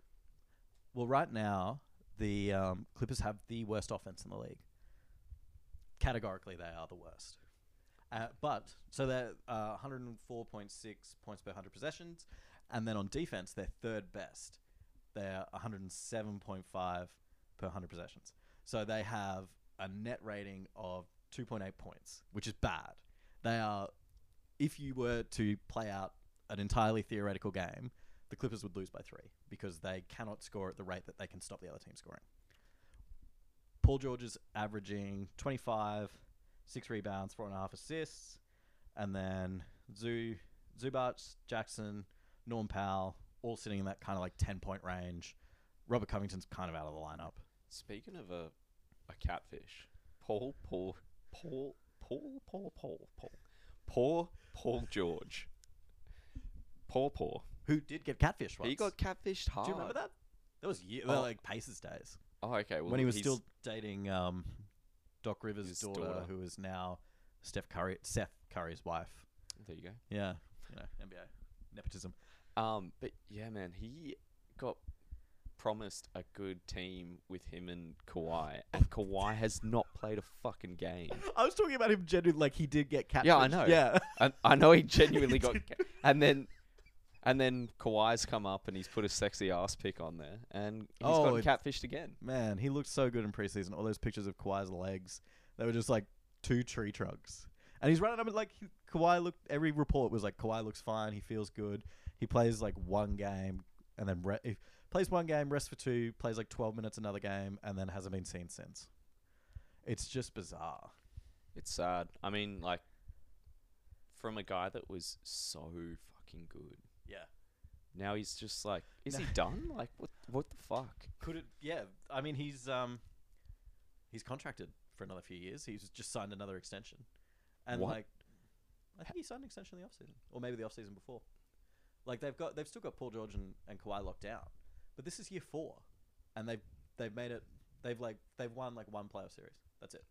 Well, right now the um, Clippers have the worst offense in the league. Categorically, they are the worst. Uh, but so they're uh, 104.6 points per 100 possessions, and then on defense they're third best. They're 107.5 per 100 possessions. So they have a net rating of 2.8 points, which is bad. They are, if you were to play out an entirely theoretical game, the Clippers would lose by three because they cannot score at the rate that they can stop the other team scoring. Paul George is averaging 25, six rebounds, four and a half assists, and then Zoo, Zubac, Jackson, Norm Powell, all sitting in that kind of like 10 point range. Robert Covington's kind of out of the lineup.
Speaking of a, a catfish, Paul, Paul, Paul, Paul, Paul, Paul, Paul, Paul, Paul George, Paul, Paul.
Who did get catfish once?
He got catfished hard.
Do you remember that? That was ye- well,
Oh.
like Pacers days
Oh, okay. Well,
when he was
he's-
still dating um, Doc Rivers'
His
daughter,
daughter.
who is now Steph Curry, Seth Curry's wife.
There you go.
Yeah, you know NBA nepotism.
Um, but yeah, man, he got promised a good team with him and Kawhi, and Kawhi has not played a fucking game.
I was talking about him genuinely, like he did get catfish.
Yeah, I know.
Yeah,
I, I know he genuinely got, ca- and then, and then Kawhi's come up and he's put a sexy ass pic on there, and he's
Oh,
gotten catfished again.
man, he looked so good in preseason. All those pictures of Kawhi's legs, they were just like two tree trunks, and he's running up and like he, Kawhi looked. Every report was like Kawhi looks fine. He feels good. He plays like one game and then re- if, plays one game, rests for two, plays like twelve minutes another game, and then hasn't been seen since. It's just bizarre.
It's sad. I mean, like, from a guy that was so fucking good,
Yeah.
now he's just like,
No.
is he done? Like, what? What the fuck?
Could it? Yeah, I mean he's um, he's contracted for another few years. He's just signed another extension, and
What?
like, I think he signed an extension in the offseason, or maybe the offseason before. Like they've got they've still got Paul George and, and Kawhi locked down, but this is year four, and they've they've made it. They've like they've won like one playoff series. That's it.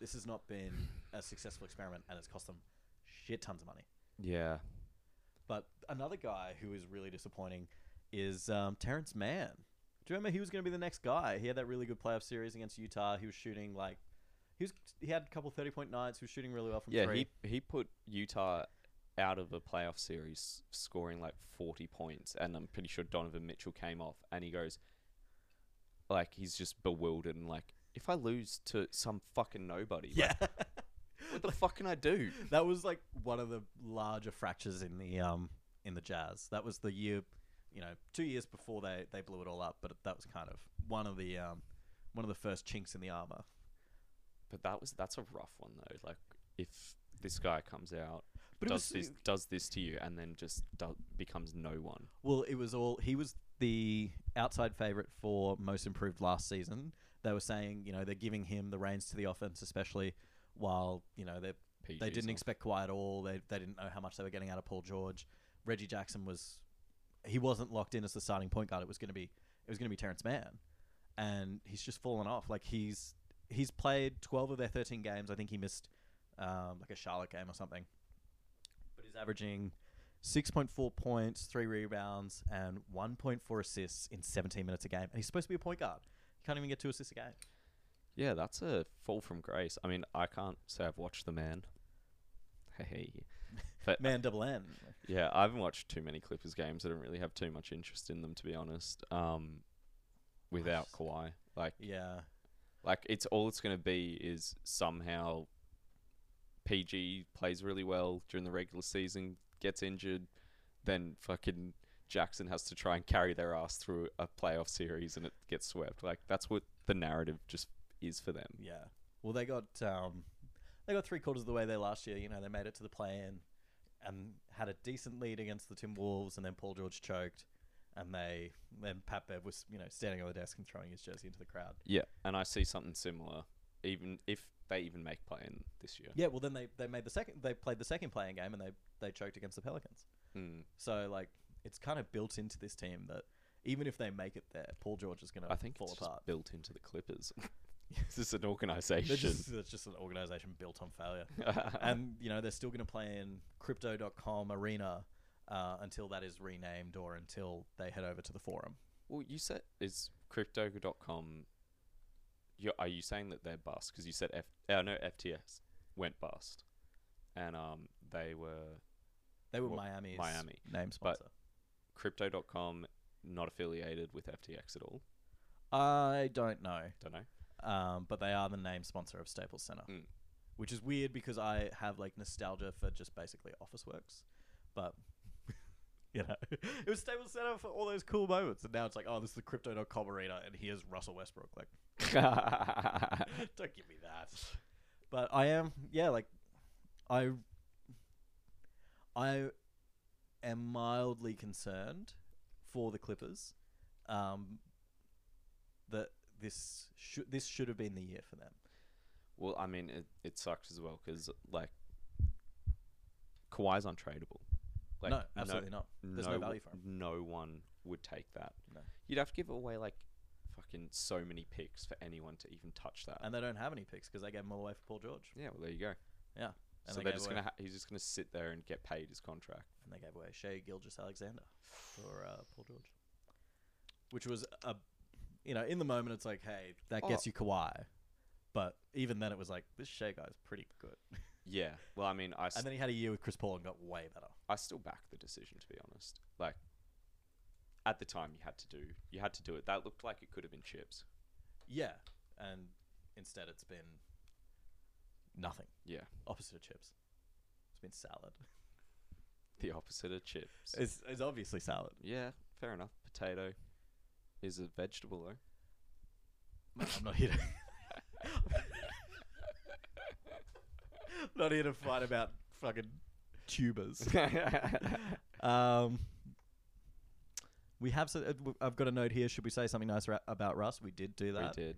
This has not been a successful experiment, and it's cost them shit tons of money.
Yeah.
But another guy who is really disappointing is um, Terrence Mann. Do you remember he was going to be the next guy? He had that really good playoff series against Utah. He was shooting like he was. He had a couple thirty point nights. He was shooting really well from
Yeah,
three.
he he put Utah out of a playoff series, scoring like forty points, and I'm pretty sure Donovan Mitchell came off, and he goes, like he's just bewildered and like, if I lose to some
*laughs*
fucking nobody, like,
yeah.
what the fuck can I do?
that was like one of the larger fractures in the um in the Jazz. That was the year, you know, two years before they they blew it all up. But that was kind of one of the um one of the first chinks in the armor.
But that was that's a rough one though. Like if this guy comes out,
But
does
it was uh,
this does this to you, and then just do, becomes no one.
Well, it was all he was the outside favorite for most improved last season. They were saying, you know, they're giving him the reins to the offense, especially while you know they they
PG's
didn't
off.
expect Kawhi at all. They they didn't know how much they were getting out of Paul George. Reggie Jackson was he wasn't locked in as the starting point guard. It was going to be it was going to be Terrence Mann, and he's just fallen off. Like he's he's played twelve of their thirteen games. I think he missed um, like a Charlotte game or something, but he's averaging. 6.4 points, three rebounds, and 1.4 assists in 17 minutes a game. And he's supposed to be a point guard. He can't even get two assists a game.
Yeah, that's a fall from grace. I mean, I can't say I've watched the man. Hey. Uh,
*laughs* Man, double N.
Yeah, I haven't watched too many Clippers games. I don't really have too much interest in them, to be honest. Um, without
just-
Kawhi, like,
Yeah.
like it's all it's gonna be is somehow PG plays really well during the regular season, gets injured, then fucking Jackson has to try and carry their ass through a playoff series and it gets swept. Like that's what the narrative just is for them.
Yeah. Well, they got um, they got three quarters of the way there last year. You know, they made it to the play-in and had a decent lead against the Timberwolves, and then Paul George choked, and they then Pat Bev was you know standing on the desk and throwing his jersey into the crowd.
Yeah, and I see something similar, even if they even make play in this year.
Yeah. Well, then they they made the second they played the second playing game, and they they choked against the Pelicans.
Mm.
So like it's kind of built into this team that. Even if they make it there, Paul George is going to
I think
fall
it's just
apart.
built into
*laughs*
the Clippers. it's just an organization.
They're
*laughs*
just- It's just an organization built on failure. and you know they're still going to play in crypto.com arena uh, until that is renamed or until they head over to the forum
Well, you said is crypto.com. You are you saying that they're bust? Because you said F. Uh, no, FTS went bust, and um, they were
They were
Well,
Miami's
Miami,
name
but-
sponsor.
crypto.com not affiliated with FTX at all.
I don't know,
Don't know.
*laughs* um, but they are the name sponsor of Staples Center,
Mm.
which is weird because I have like nostalgia for just basically Office Works, but. *laughs* You know, *laughs* it was Staples Center for all those cool moments, and now it's like, oh, this is the crypto.com arena, and here's Russell Westbrook. Like, Don't give me that. But I am, yeah, like I I am mildly concerned for the Clippers um that this should this should have been the year for them.
well, I mean, it, it sucks as well because like Kawhi's untradeable. Like,
no, absolutely not. There's no, value for him.
No one would take that.
No.
You'd have to give away like fucking so many picks for anyone to even touch that.
And they don't have any picks because they gave them all away for Paul George.
yeah, well, there you go.
Yeah, and
so
they
they're
gave
just
away-
gonna ha- he's just gonna sit there and get paid his contract.
And they gave away Shea Gilgis Alexander for uh, Paul George. Which was a you know, in the moment it's like, hey, that gets
Oh.
you Kawhi. But even then it was like, this Shea guy's pretty good.
Yeah. Well, I mean, I, s-
And then he had a year with Chris Paul and got way better.
I still back the decision to be honest. Like at the time, you had to do you had to do it. That looked like it could have been chips.
Yeah. And instead it's been nothing.
Yeah.
Opposite of chips. It's been salad.
The opposite of chips.
It's, it's obviously salad.
yeah, fair enough. Potato is a vegetable
*laughs*
though.
Man, I'm not here to *laughs* not here to fight about fucking tubers. Um, we have. So, uh, w- I've got a note here. Should we say something nice ra- about Russ? We did do
*laughs* we
that.
did.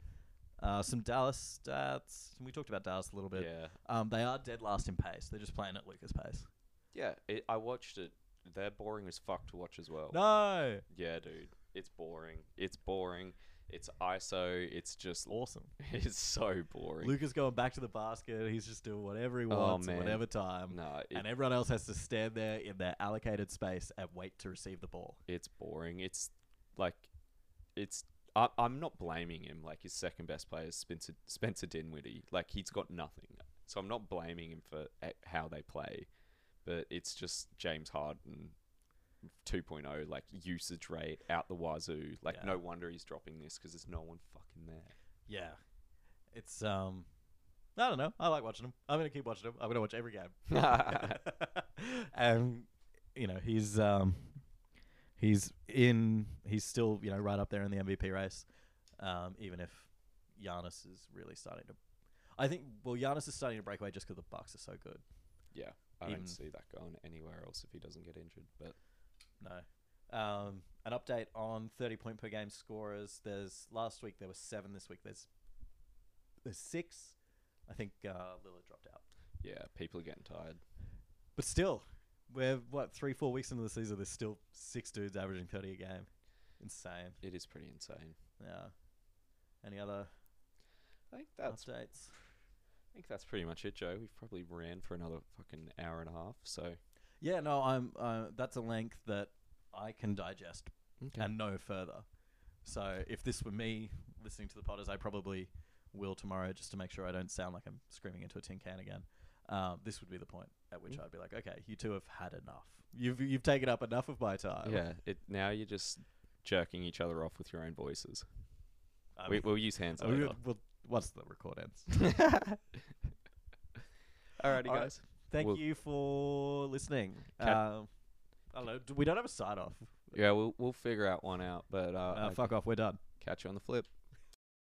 Uh, some Dallas stats. We talked about Dallas a little bit.
Yeah.
Um, they are dead last in pace. They're just playing at Lucas pace.
Yeah, it, I watched it. They're boring as fuck to watch as well.
No,
Yeah, dude. It's boring. It's boring. It's ISO. It's just. *laughs*
awesome.
It's so boring.
Lucas going back to the basket. He's just doing whatever he
Oh,
wants, at
man.
whatever time.
Nah, it-
and everyone else has to stand there in their allocated space and wait to receive the ball.
it's boring. It's like. It's. I, I'm not blaming him. Like, his second best player is Spencer, Spencer Dinwiddie. Like, he's got nothing. So I'm not blaming him for eh, how they play. But it's just James Harden 2.0, like, usage rate out the wazoo. Like,
Yeah.
no wonder he's dropping this because there's no one fucking there. *laughs*
Yeah, it's um, I don't know. I like watching him. I'm gonna keep watching him. I'm gonna watch every game. *laughs* and you know he's um, he's in. He's still you know right up there in the MVP race. Um, even if Giannis is really starting to, I think. Well, Giannis is starting to break away just because the Bucks are so good.
Yeah, I
Even-
don't see that going anywhere else if he doesn't get injured. But
No. Um, an update on 30 point per game scorers. There's last week there were seven. This week there's there's six. I think uh, Lillard dropped out.
yeah, people are getting tired.
But still, we're what three, four weeks into the season. There's still six dudes averaging thirty a game. Insane.
It is pretty insane.
Yeah. Any other
I think that's
updates?
I think that's pretty much it, Joe. We've probably ran for another fucking hour and a half. So
Yeah. No. I'm. Uh, that's a length that I can digest and no further. So if this were me listening to the Potters, I probably will tomorrow just to make sure I don't sound like I'm screaming into a tin can again. Um, this would be the point at which
Mm.
I'd be like, okay, you two have had enough. You've you've taken up enough of my time.
yeah, it now you're just jerking each other off with your own voices.
I
we,
mean-
we'll use hands
I mean,
later.
we'll- once the record ends.
Alrighty,
Alright.
guys.
Thank
Well-
you for listening.
Cat-
Um, I don't know. d- We don't have a sign off.
Yeah, we'll we'll figure out one out. But uh,
Uh, fuck off. We're done.
catch you on the flip.